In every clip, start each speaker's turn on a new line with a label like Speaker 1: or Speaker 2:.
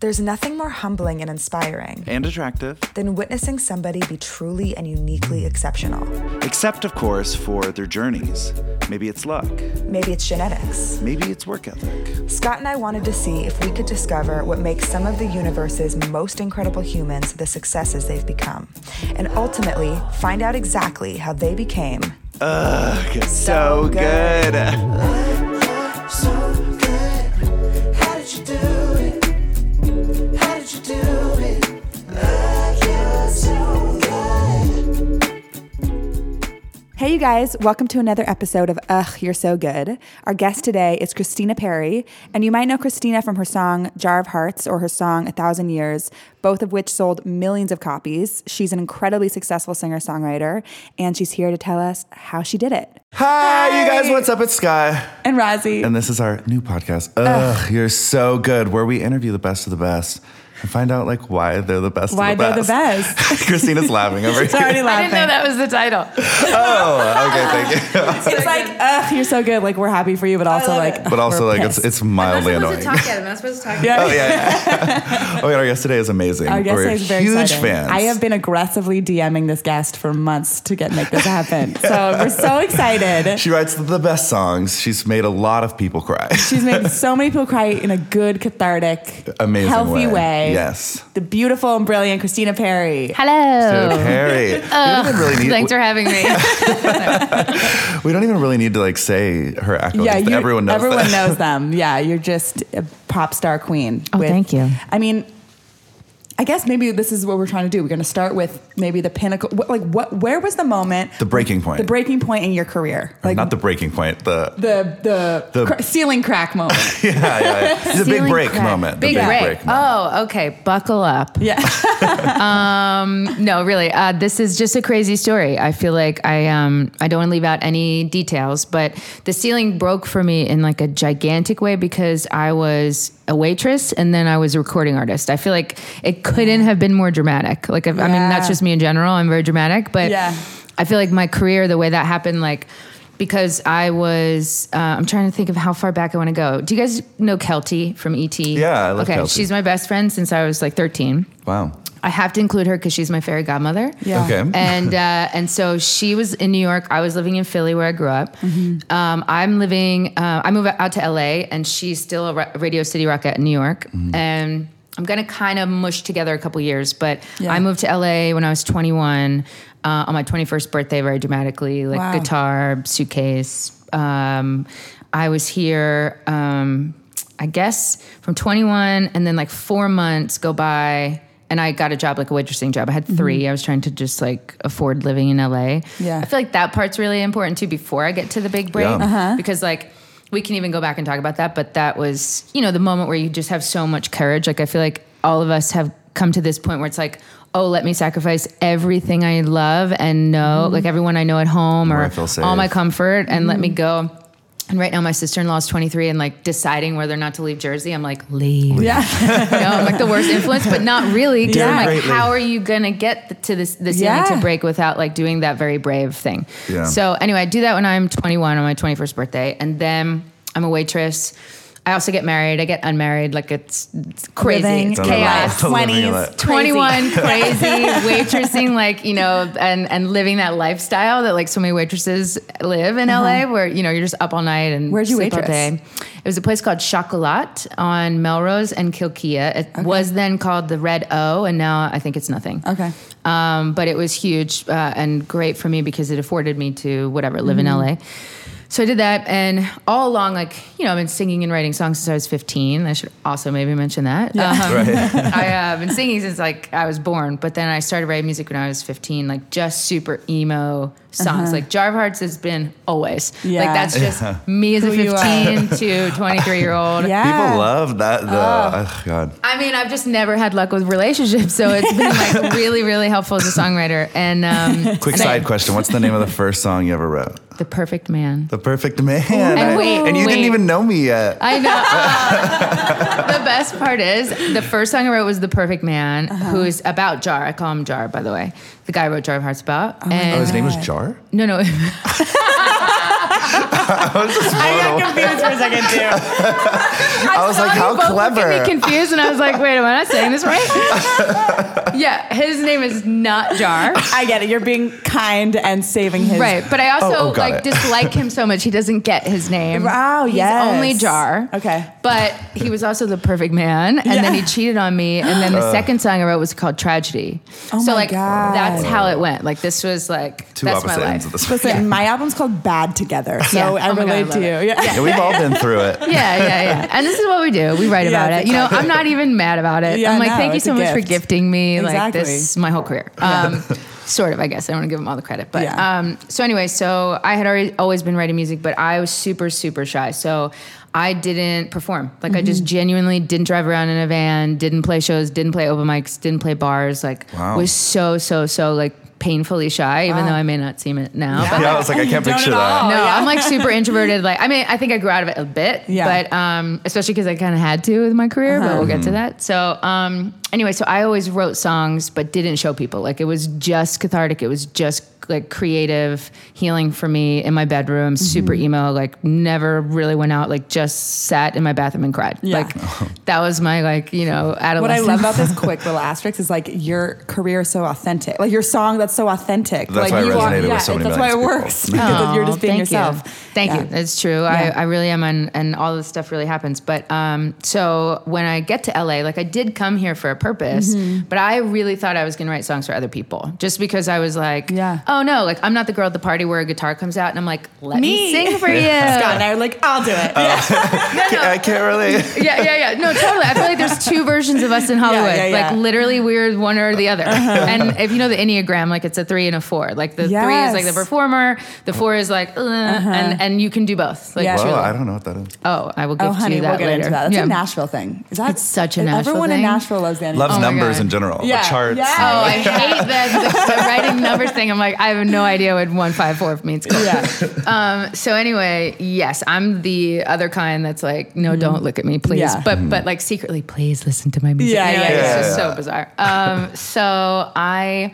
Speaker 1: There's nothing more humbling and inspiring
Speaker 2: and attractive,
Speaker 1: than witnessing somebody be truly and uniquely exceptional.
Speaker 2: except, of course, for their journeys. Maybe it's luck,
Speaker 1: Maybe it's genetics.
Speaker 2: maybe it's work ethic.
Speaker 1: Scott and I wanted to see if we could discover what makes some of the universe's most incredible humans the successes they've become, and ultimately find out exactly how they became.
Speaker 2: Ugh, so good.
Speaker 3: So good. How did you do it? How did you do it? Love you so good.
Speaker 1: Hey, you guys, welcome to another episode of Ugh, You're So Good. Our guest today is Christina Perry, and you might know Christina from her song Jar of Hearts or her song A Thousand Years, both of which sold millions of copies. She's an incredibly successful singer songwriter, and she's here to tell us how she did it.
Speaker 2: Hi, you guys, what's up? It's Sky.
Speaker 1: And Rozzy.
Speaker 2: And this is our new podcast. Ugh, you're so good, where we interview the best of the best and find out like why they're the best.
Speaker 1: Why
Speaker 2: of the
Speaker 1: they're the
Speaker 2: best. Christina's laughing over
Speaker 1: it's
Speaker 2: here.
Speaker 1: already
Speaker 4: I didn't know
Speaker 1: laughing.
Speaker 4: that was the title.
Speaker 2: Oh, okay, thank you.
Speaker 1: It's like, ugh, you're so good. Like, we're happy for you, but also, like,
Speaker 2: But also, like, it's it's mildly
Speaker 4: I'm not
Speaker 2: annoying.
Speaker 4: supposed to talk at him. I'm not supposed to talk.
Speaker 2: Oh yeah. oh my god, our guest today is amazing.
Speaker 1: Our guest
Speaker 2: We're
Speaker 1: today is very
Speaker 2: huge
Speaker 1: exciting.
Speaker 2: fans.
Speaker 1: I have been aggressively DMing this guest for months to get make this happen. so we're so excited.
Speaker 2: She writes the best songs. She's made a lot of people cry.
Speaker 1: She's made so many people cry in a good, cathartic,
Speaker 2: Amazing
Speaker 1: healthy way.
Speaker 2: Yes.
Speaker 1: The beautiful and brilliant Christina Perry.
Speaker 2: Dude,
Speaker 4: Hello.
Speaker 2: Harry. we, don't even really need,
Speaker 4: Oh. Thanks for having me.
Speaker 2: we don't even really need to like say her accolades.
Speaker 1: Yeah, you-
Speaker 2: everyone knows
Speaker 1: Everyone
Speaker 2: that.
Speaker 1: knows them. Yeah, you're just a pop star queen.
Speaker 4: Oh, thank you.
Speaker 1: I mean, I guess maybe this is what we're trying to do. We're going to start with maybe the pinnacle. What, like, what? Where was the moment?
Speaker 2: The breaking point.
Speaker 1: The breaking point in your career. Like
Speaker 2: Not the breaking point. The,
Speaker 1: the the,
Speaker 2: The-
Speaker 1: cr- ceiling crack moment.
Speaker 2: yeah, yeah, yeah. It's a big
Speaker 4: Ceiling
Speaker 2: break
Speaker 4: crack.
Speaker 2: moment.
Speaker 4: Big,
Speaker 2: the big
Speaker 4: break.
Speaker 2: break. moment.
Speaker 4: Oh, okay. Buckle up.
Speaker 1: yeah.
Speaker 4: No, really. Uh, this is just a crazy story. I feel like I um I don't want to leave out any details, but the ceiling broke for me in like a gigantic way because I was a waitress and then I was a recording artist. I feel like it couldn't have been more dramatic. Like if, I mean,
Speaker 1: Yeah.
Speaker 4: that's just me in general. I'm very dramatic, but
Speaker 1: Yeah.
Speaker 4: I feel like my career, the way that happened, like. Because I was, uh, I'm trying to think of how far back I want to go. Do you guys know Kelty from ET?
Speaker 2: Yeah, I love
Speaker 4: okay,
Speaker 2: Kelty.
Speaker 4: she's my best friend since I was like 13.
Speaker 2: Wow.
Speaker 4: I have to include her because she's my fairy godmother.
Speaker 1: Yeah.
Speaker 2: Okay.
Speaker 4: And uh, and so she was in New York. I was living in Philly, where I grew up.
Speaker 1: Mm-hmm.
Speaker 4: Um, I'm living. Uh, I moved out to LA, and she's still a ra- Radio City Rocket in New York.
Speaker 2: Mm-hmm.
Speaker 4: And I'm gonna kind of mush together a couple years, but
Speaker 1: Yeah.
Speaker 4: I moved to LA when I was 21 uh, on my 21st birthday, very dramatically, like
Speaker 1: Wow.
Speaker 4: guitar, suitcase. Um, I was here. Um, I guess from 21 and then like four months go by and I got a job, like a waitressing job. I had 3 I was trying to just like afford living in LA.
Speaker 1: Mm-hmm. Yeah.
Speaker 4: I feel like that part's really important too before I get to the big break
Speaker 2: Yeah. Uh-huh.
Speaker 4: because like we can even go back and talk about that. But that was, you know, the moment where you just have so much courage. Like I feel like all of us have come to this point where it's like, oh, let me sacrifice everything I love and know, like everyone I know at home
Speaker 2: Where
Speaker 4: or
Speaker 2: I feel safe.
Speaker 4: all my comfort and let me go. And right now, my sister in law is 23 and like deciding whether or not to leave Jersey. I'm like, leave.
Speaker 1: Yeah.
Speaker 4: You know, I'm like the worst influence, but not really. 'cause
Speaker 1: Yeah.
Speaker 4: I'm like,
Speaker 2: Greatly.
Speaker 4: how are you gonna get th- to this this
Speaker 1: Yeah.
Speaker 4: ceiling to break without like doing that very brave thing?
Speaker 2: Yeah.
Speaker 4: So anyway, I do that when I'm 21 on my 21st birthday, and then I'm a waitress. I also get married. I get unmarried. Like it's, it's crazy.
Speaker 1: Living
Speaker 4: It's
Speaker 2: Don't
Speaker 4: chaos.
Speaker 2: Living
Speaker 1: Twenties.
Speaker 2: it.
Speaker 1: crazy.
Speaker 4: 21 crazy waitressing like you know and and living that lifestyle that like so many waitresses live in la where you know you're just up all night and
Speaker 1: Mm-hmm. Where'd you
Speaker 4: sleep all
Speaker 1: waitress?
Speaker 4: day it was a place called chocolat on melrose and kilkea it was then called the red o and now i think it's nothing
Speaker 1: Okay.
Speaker 4: um, but it was huge uh, and great for me because it afforded me to whatever live
Speaker 1: Mm-hmm.
Speaker 4: in LA. So I did that, and all along, like you know, I've been singing and writing songs since I was 15. I should also maybe mention that. Um, I have been singing since like I was born, but then I started writing music when I was 15, like just super emo songs. Like Jar of Hearts has been always.
Speaker 1: Uh-huh. Yeah.
Speaker 4: Like that's just me as a
Speaker 1: Who you are.
Speaker 4: 15 to 23 year old.
Speaker 1: Yeah.
Speaker 2: People love that. The, oh. God.
Speaker 4: I mean, I've just never had luck with relationships, so it's been like really, really helpful as a songwriter. And um,
Speaker 2: Quick
Speaker 4: and I-
Speaker 2: side question. What's the name of the first song you ever wrote?
Speaker 4: the perfect man.
Speaker 2: The Perfect Man.
Speaker 4: And wait,
Speaker 2: and you didn't
Speaker 4: wait.
Speaker 2: even know me yet.
Speaker 4: I know. Uh, the best part is the first song I wrote was "The Perfect Man,"
Speaker 1: Uh-huh.
Speaker 4: who is about Jar. I call him Jar, by the way.
Speaker 1: Oh
Speaker 4: The guy I wrote "Jar of Hearts" about. and
Speaker 2: Oh, his name was Jar?
Speaker 4: no, no,
Speaker 1: I got confused for a second too.
Speaker 2: I was like, how
Speaker 4: Me
Speaker 2: clever.
Speaker 4: confused, and I was like, "Wait, am I not saying this right?" yeah, his name is not Jar,
Speaker 1: I get it. You're being kind and saving his.
Speaker 4: right? But I also
Speaker 2: Oh, oh, got
Speaker 4: like
Speaker 2: it.
Speaker 4: dislike him so much he doesn't get his name.
Speaker 1: Wow,
Speaker 4: He's
Speaker 1: yes.
Speaker 4: only Jar.
Speaker 1: Okay.
Speaker 4: but he was also the perfect man, and then he
Speaker 1: Yeah.
Speaker 4: cheated on me. And then the second song I wrote was called "Tragedy."
Speaker 1: Oh my
Speaker 4: so like
Speaker 1: God.
Speaker 4: that's how it went. Like this was like
Speaker 2: Two
Speaker 4: that's my
Speaker 2: opposite
Speaker 4: life.
Speaker 2: ends of the spectrum.
Speaker 1: Listen, my album's called Bad Together, so
Speaker 4: Yeah.
Speaker 1: I
Speaker 4: Oh my God, I
Speaker 1: relate to
Speaker 4: love
Speaker 1: you.
Speaker 4: it.
Speaker 1: Yeah.
Speaker 2: Yeah, we've all been through it.
Speaker 4: Yeah, yeah, yeah. And this is what we do. We write
Speaker 1: Yeah,
Speaker 4: about it. You know, I'm not even mad about it.
Speaker 1: Yeah,
Speaker 4: I'm like,
Speaker 1: no,
Speaker 4: thank you
Speaker 1: it's
Speaker 4: so
Speaker 1: a
Speaker 4: much for
Speaker 1: gift.
Speaker 4: gifting me like
Speaker 1: Exactly.
Speaker 4: this my whole career. Um, sort of, I guess. I don't want to give them all the credit. But
Speaker 1: Yeah.
Speaker 4: um, so anyway, so I had already always been writing music, but I was super, super shy. So I didn't perform. Like I
Speaker 1: Mm-hmm.
Speaker 4: just genuinely didn't drive around in a van, didn't play shows, didn't play open mics, didn't play bars, like
Speaker 2: Wow.
Speaker 4: was so, so, so like painfully shy, even though I may not seem it now. But
Speaker 2: Yeah, I was like, I can't
Speaker 1: Don't
Speaker 2: picture
Speaker 1: at all.
Speaker 2: that.
Speaker 4: no,
Speaker 1: Oh, yeah.
Speaker 4: I'm like super introverted. Like, I mean, I think I grew out of it a bit,
Speaker 1: Yeah.
Speaker 4: but um, especially because I kind of had to with my career. But we'll get to
Speaker 1: Uh-huh.
Speaker 4: that. So, um, anyway, so I always wrote songs, but didn't show people. Like, it was just cathartic. It was just like creative healing for me in my bedroom.
Speaker 1: Mm-hmm.
Speaker 4: Super emo. Like, never really went out. Like, just sat in my bathroom and cried.
Speaker 1: Yeah.
Speaker 4: Like, that was my like you know adolescent.
Speaker 1: What I love about this quick little asterisk is like your career is so authentic, like your song that's so authentic. like
Speaker 2: That's why it
Speaker 1: you
Speaker 2: resonated with so many
Speaker 1: That's why it
Speaker 2: millions of
Speaker 1: works.
Speaker 2: people.
Speaker 1: because you're
Speaker 4: Oh,
Speaker 1: just being
Speaker 4: thank you.
Speaker 1: yourself.
Speaker 4: Thank
Speaker 1: Yeah.
Speaker 4: you. It's true.
Speaker 1: Yeah.
Speaker 4: I, I really am, and, and all this stuff really happens. But um, so when I get to LA, like I did come here for a purpose,
Speaker 1: Mm-hmm.
Speaker 4: but I really thought I was going to write songs for other people, just because I was like,
Speaker 1: Yeah.
Speaker 4: oh no, like I'm not the girl at the party where a guitar comes out and I'm like, let
Speaker 1: Me.
Speaker 4: me, sing for you.
Speaker 1: Scott and I were like, I'll do
Speaker 2: Oh,
Speaker 1: it.
Speaker 2: I can't really.
Speaker 4: yeah, yeah, yeah. No, totally. I feel like there's two versions of us in Hollywood.
Speaker 1: yeah, yeah. Uh-huh.
Speaker 4: Like literally, we're one or the other. And if you know the Enneagram, like it's a three and a four. Like the three is like
Speaker 1: Yes. Uh-huh.
Speaker 4: the performer, the four is like, uh, and and you can do both. Like
Speaker 1: Yeah.
Speaker 2: Well,
Speaker 4: truly.
Speaker 2: I don't know what that is.
Speaker 4: Oh, I will give
Speaker 1: Oh, honey,
Speaker 4: you that
Speaker 1: we'll get
Speaker 4: later.
Speaker 1: into that. That's
Speaker 4: Yeah.
Speaker 1: a Nashville thing. Is that
Speaker 4: It's such a Nashville
Speaker 1: Everyone in
Speaker 4: thing.
Speaker 1: Nashville loves the Enneagram.
Speaker 2: Loves
Speaker 4: Oh my
Speaker 2: numbers
Speaker 4: God.
Speaker 2: in general.
Speaker 1: Yeah,
Speaker 2: The charts.
Speaker 1: yeah.
Speaker 4: Oh, I hate that the, the writing numbers thing. I'm like, I have no idea what one five four means. Cool.
Speaker 1: Yeah.
Speaker 4: Um, so anyway, yes, I'm the other kind that's like, no, don't look at me, please.
Speaker 1: Mm-hmm. Yeah.
Speaker 4: But but like secretly, please listen to my music.
Speaker 1: Yeah,
Speaker 4: You know,
Speaker 1: yeah,
Speaker 4: It's
Speaker 1: yeah.
Speaker 4: just
Speaker 2: Yeah.
Speaker 4: so bizarre. Um, so I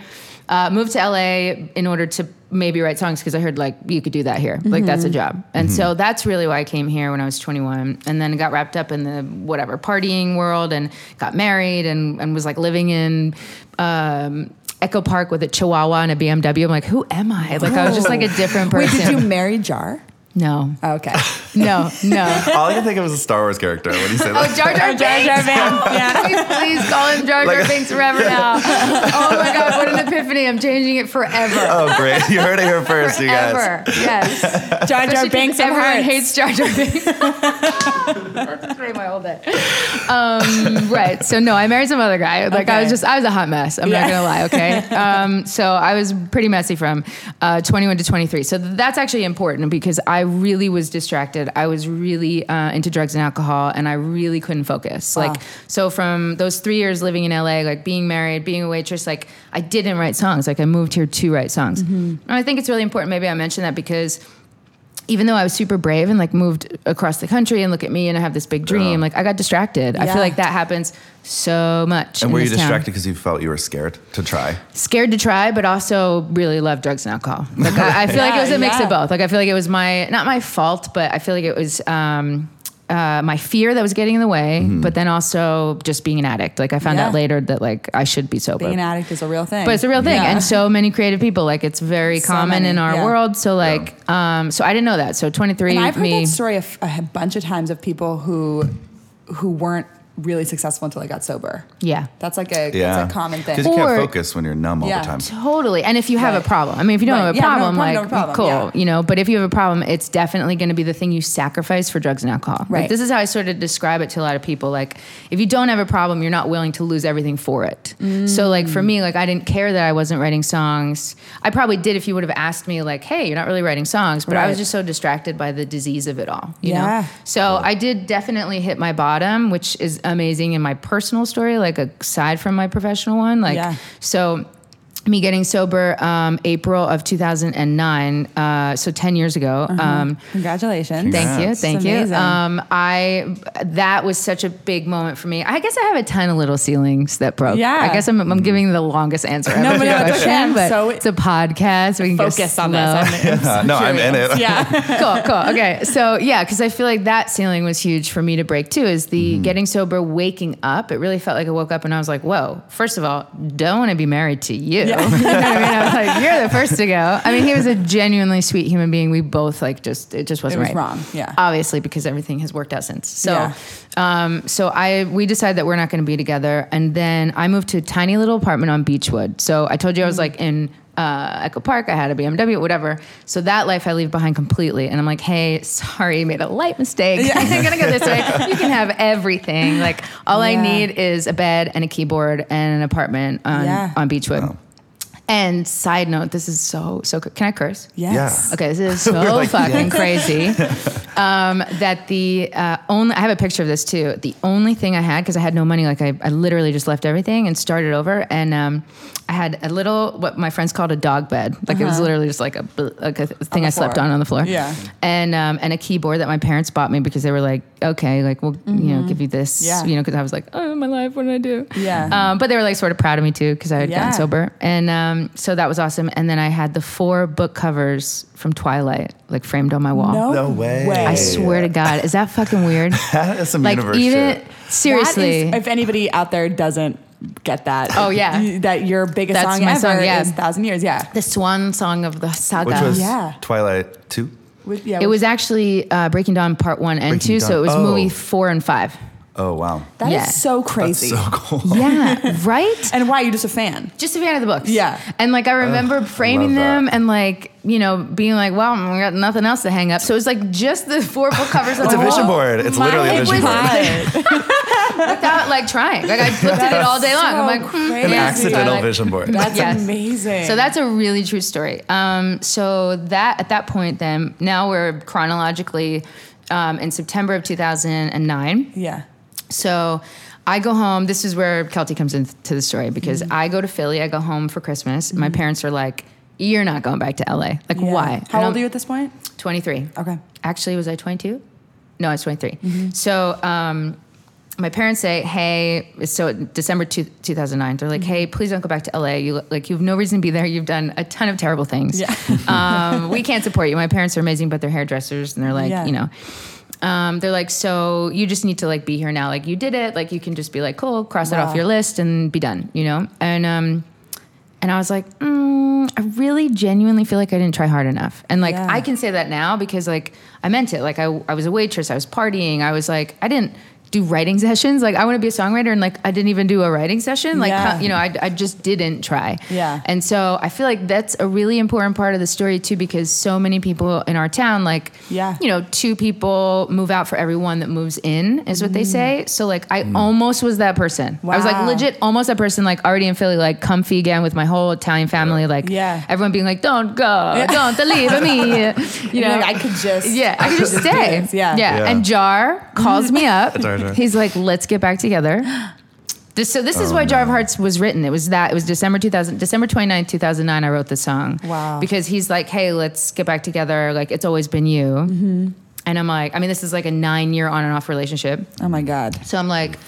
Speaker 4: uh, moved to LA in order to maybe write songs because I heard like you could do that here, like that's
Speaker 1: Mm-hmm.
Speaker 4: a job. And so that's really why I came here when I was 21, and then got wrapped up in the whatever partying world, and got married, and and was like living in. Um, Echo Park with a Chihuahua and a BMW. I'm like, who am I? Like, I was just like a different
Speaker 1: Oh. Wait,
Speaker 4: person.
Speaker 1: did you marry Jar?
Speaker 4: no,
Speaker 1: Oh, okay.
Speaker 4: no, no.
Speaker 2: All I can think of is a Star Wars character when you say
Speaker 4: Oh,
Speaker 2: that.
Speaker 4: Jar Jar Binks.
Speaker 1: Yeah.
Speaker 4: Please, please call him Jar Jar
Speaker 2: Like-
Speaker 4: Binks forever now. Oh my God, what an epiphany. I'm changing it forever.
Speaker 2: Oh, great. You heard it here first, you guys.
Speaker 4: Forever. Yes.
Speaker 1: Jar Jar
Speaker 4: Especially 'cause
Speaker 1: Banks of
Speaker 4: Everyone
Speaker 1: Hearts.
Speaker 4: hates Jar Jar Binks. That's been my whole day. Um, right. So no, I married some other guy. Like I
Speaker 1: Okay.
Speaker 4: was just, I was a hot mess. I'm
Speaker 1: Yeah.
Speaker 4: not gonna lie. Okay. Um, so I was pretty messy from uh, 21 to 23. So that's actually important because I really was distracted. I was really uh, into drugs and alcohol, and I really couldn't focus. Like so, from those three years living in LA, like being married, being a waitress, like I didn't write songs. Like I moved here to write songs.
Speaker 1: Mm-hmm.
Speaker 4: And I think it's really important. Maybe I mentioned that because even though I was super brave and like moved across the country and look at me and I have this big dream,
Speaker 2: Yeah.
Speaker 4: like I got distracted. I
Speaker 1: Yeah.
Speaker 4: feel like that happens so much.
Speaker 2: And
Speaker 4: in
Speaker 2: were you
Speaker 4: this town.
Speaker 2: distracted because you felt you were scared to try?
Speaker 4: Scared to try, but also really love drugs and alcohol. Like I, I feel like it was a mix
Speaker 1: Yeah,
Speaker 4: of
Speaker 1: yeah.
Speaker 4: both. Like I feel like it was my not my fault, but I feel like it was um, uh, my fear that was getting in the way. But then also just being an addict. Like I found
Speaker 1: Mm-hmm. Yeah.
Speaker 4: out later that like I should be sober.
Speaker 1: Being an addict is a real thing.
Speaker 4: But it's a real thing,
Speaker 1: Yeah.
Speaker 4: and so many creative people. Like it's very
Speaker 1: So
Speaker 4: common
Speaker 1: many,
Speaker 4: in our
Speaker 1: yeah.
Speaker 4: world. So like, um, so I didn't know that. So twenty three,
Speaker 1: And I've heard
Speaker 4: me.
Speaker 1: that story a, f- a bunch of times of people who who weren't really successful until they got sober.
Speaker 4: yeah.
Speaker 1: That's like a
Speaker 2: Yeah.
Speaker 1: that's a common thing.
Speaker 2: Because you
Speaker 4: Or-
Speaker 2: can't focus when you're numb all
Speaker 1: Yeah.
Speaker 2: the time.
Speaker 4: Totally. And if you have
Speaker 1: Right.
Speaker 4: a problem, I mean, if you don't
Speaker 1: Right.
Speaker 4: have a
Speaker 1: Yeah, no
Speaker 4: problem,
Speaker 1: problem,
Speaker 4: like,
Speaker 1: no problem,
Speaker 4: cool,
Speaker 1: yeah.
Speaker 4: you know, but if you have a problem, it's definitely going to be the thing you sacrifice for drugs and alcohol. Like,
Speaker 1: Right.
Speaker 4: this is how I sort of describe it to a lot of people. Like, if you don't have a problem, you're not willing to lose everything for it.
Speaker 1: Mm.
Speaker 4: So, like, for me, like, I didn't care that I wasn't writing songs. I probably did if you would have asked me, like, hey, you're not really writing songs, but I
Speaker 1: Right.
Speaker 4: was just so distracted by the disease of it all, you
Speaker 1: Yeah.
Speaker 4: know? So I did definitely hit my bottom, which is amazing in my personal story, like aside from my professional one. Like
Speaker 1: Yeah.
Speaker 4: so me getting sober um, April of 2009, uh, so 10 years ago. Um,
Speaker 1: Congratulations.
Speaker 4: Thank you,
Speaker 2: Congrats.
Speaker 4: thank
Speaker 1: It's
Speaker 4: you.
Speaker 1: Uh-huh. amazing.
Speaker 4: Um, I that was such a big moment for me. I guess I have a ton of little ceilings that broke.
Speaker 1: Yeah.
Speaker 4: I guess I'm, I'm giving the longest answer.
Speaker 1: No,
Speaker 4: ever
Speaker 1: but
Speaker 4: to
Speaker 1: no,
Speaker 4: a
Speaker 1: it's
Speaker 4: question,
Speaker 1: okay. I'm
Speaker 4: but
Speaker 1: so-
Speaker 4: it's a podcast. We can go
Speaker 1: Focus on this.
Speaker 4: slow.
Speaker 1: I'm- I'm
Speaker 2: Yeah, no, I'm in
Speaker 1: curious.
Speaker 2: it.
Speaker 1: Yeah.
Speaker 4: cool, cool. Okay. So, yeah, because I feel like that ceiling was huge for me to break too is the getting sober, waking up. It really felt like I woke up and I was like, whoa, first of all, don't want to be married to you. you know what I mean? I was like, you're the first to go. I mean, he was a genuinely sweet human being. We both, like, just, it just wasn't
Speaker 1: was
Speaker 4: right.
Speaker 1: wrong, yeah.
Speaker 4: Obviously, because everything has worked out since. So,
Speaker 1: Yeah.
Speaker 4: um, so I we decided that we're not going to be together, and then I moved to a tiny little apartment on Beechwood. So I told you I
Speaker 1: Mm-hmm.
Speaker 4: was like in uh, Echo Park. I had a BMW, whatever. So that life I leave behind completely, and I'm like, hey, sorry, made a light mistake. I'm gonna go this way. You can have everything. Like all
Speaker 1: Yeah.
Speaker 4: I need is a bed and a keyboard and an apartment on
Speaker 1: Yeah.
Speaker 4: on Beechwood. And side note, this is so so. Can I curse?
Speaker 1: Yes.
Speaker 4: Okay, this is so fucking crazy. Um, that the uh, only I have a picture of this too. The only thing I had because I had no money, like I, I literally just left everything and started over. And um, I had a little what my friends called a dog bed. Like it was literally just like a bl- like a th- thing I
Speaker 1: Uh-huh.
Speaker 4: slept
Speaker 1: floor.
Speaker 4: on on the floor.
Speaker 1: Yeah.
Speaker 4: And um, and a keyboard that my parents bought me because they were like, okay, like we'll you know give you this.
Speaker 1: Mm-hmm. Yeah.
Speaker 4: You know because I was like, oh my life, what did I do?
Speaker 1: Yeah.
Speaker 4: Um, but they were like sort of proud of me too because I had
Speaker 1: Yeah.
Speaker 4: gotten sober, and um, so that was awesome. And then I had the four book covers from Twilight like framed on my wall.
Speaker 1: No,
Speaker 2: No way.
Speaker 1: way.
Speaker 4: I swear to God, is that fucking weird?
Speaker 2: That's some
Speaker 4: like
Speaker 2: universe
Speaker 4: even
Speaker 2: shit.
Speaker 4: seriously,
Speaker 1: That is, if anybody out there doesn't get that,
Speaker 4: Oh, yeah.
Speaker 1: you- that your biggest
Speaker 4: That's
Speaker 1: song
Speaker 4: my
Speaker 1: ever
Speaker 4: song, yeah.
Speaker 1: is Thousand Years. Yeah,
Speaker 4: the swan song of the saga.
Speaker 2: Which was
Speaker 1: Yeah.
Speaker 2: Twilight 2?
Speaker 1: With- yeah,
Speaker 4: it
Speaker 1: with-
Speaker 4: was actually uh, Breaking Dawn Part One and
Speaker 2: Breaking
Speaker 4: Two, so
Speaker 2: Dawn.
Speaker 4: it was
Speaker 2: Oh.
Speaker 4: movie four and five.
Speaker 2: Oh, wow.
Speaker 1: That is
Speaker 4: yeah.
Speaker 1: so crazy.
Speaker 2: So cool.
Speaker 4: Yeah, right.
Speaker 1: and why are you just a fan?
Speaker 4: Just a fan of the books.
Speaker 1: Yeah.
Speaker 4: And like I remember
Speaker 2: love
Speaker 4: framing
Speaker 2: that.
Speaker 4: them and like, you know, being like, well, I got nothing else to hang up. So it's like just the four book covers.
Speaker 2: It's a vision
Speaker 4: wall.
Speaker 2: board. It's
Speaker 4: My-
Speaker 2: literally a
Speaker 4: it
Speaker 2: vision
Speaker 4: was
Speaker 2: board.
Speaker 4: Without like trying. Like I looked at it all day long. I'm
Speaker 1: That's
Speaker 4: like,
Speaker 1: so
Speaker 4: hmm,
Speaker 1: crazy.
Speaker 2: An
Speaker 4: yeah.
Speaker 2: accidental
Speaker 4: Twilight.
Speaker 2: vision board.
Speaker 1: That's
Speaker 4: Yes.
Speaker 1: amazing.
Speaker 4: So that's a really true story. Um, so that at that point, then now we're chronologically um, in September of 2009.
Speaker 1: yeah,
Speaker 4: So I go home. This is where Kelty comes into the story because
Speaker 1: Mm-hmm.
Speaker 4: I go to Philly. I go home for Christmas. My parents are like, "You're not going back to LA. Like,
Speaker 1: yeah.
Speaker 4: why?
Speaker 1: How old are you at this point?
Speaker 4: 23.
Speaker 1: Okay. Mm-hmm.
Speaker 4: Actually, was I 22? No, I was 23. So um, my parents say, "Hey," so December two, 2009. They're like,
Speaker 1: Mm-hmm.
Speaker 4: "Hey, please don't go back to LA. You like you have no reason to be there. You've done a ton of terrible things.
Speaker 1: Yeah.
Speaker 4: um, we can't support you. My parents are amazing, but they're hairdressers, and they're like,
Speaker 1: Yeah.
Speaker 4: you know." Um, they're like, so you just need to like be here now. Like you did it. Like you can just be like, cool, cross it
Speaker 1: Wow.
Speaker 4: off your list and be done. You know. And um, and I was like, mm, I really genuinely feel like I didn't try hard enough. And like,
Speaker 1: Yeah.
Speaker 4: I can say that now because like I meant it. Like, I, I was a waitress, I was partying, I was like, I didn't do writing sessions. Like, I want to be a songwriter, and like, I didn't even do a writing session. Like,
Speaker 1: Yeah.
Speaker 4: how- you know, I, I just didn't try.
Speaker 1: Yeah.
Speaker 4: And so I feel like that's a really important part of the story too, because so many people in our town, like,
Speaker 1: Yeah.
Speaker 4: you know, two people move out for every one that moves in, is what they say. So like, I almost was that person. I was
Speaker 1: Mm. Wow.
Speaker 4: like legit almost that person like already in Philly, like comfy again with my whole Italian family, like
Speaker 1: Yeah.
Speaker 4: everyone being like, Don't go, don't leave me. You know,
Speaker 1: Like, I could just
Speaker 4: Yeah, I could just
Speaker 1: do
Speaker 4: stay.
Speaker 1: this, yeah.
Speaker 4: yeah.
Speaker 2: Yeah.
Speaker 4: And Jar calls me up.
Speaker 2: Jar Jar.
Speaker 4: He's like, Let's get back together. This, so this is why Jar of Hearts was written. It was that it was December 2000 December 29th, 2009 I wrote the song.
Speaker 1: Wow.
Speaker 4: Because he's like, "Hey, let's get back together. Like it's always been you."
Speaker 1: Mm-hmm.
Speaker 4: And I'm like, I mean, this is like a 9-year on and off relationship.
Speaker 1: Oh my god.
Speaker 4: So I'm like,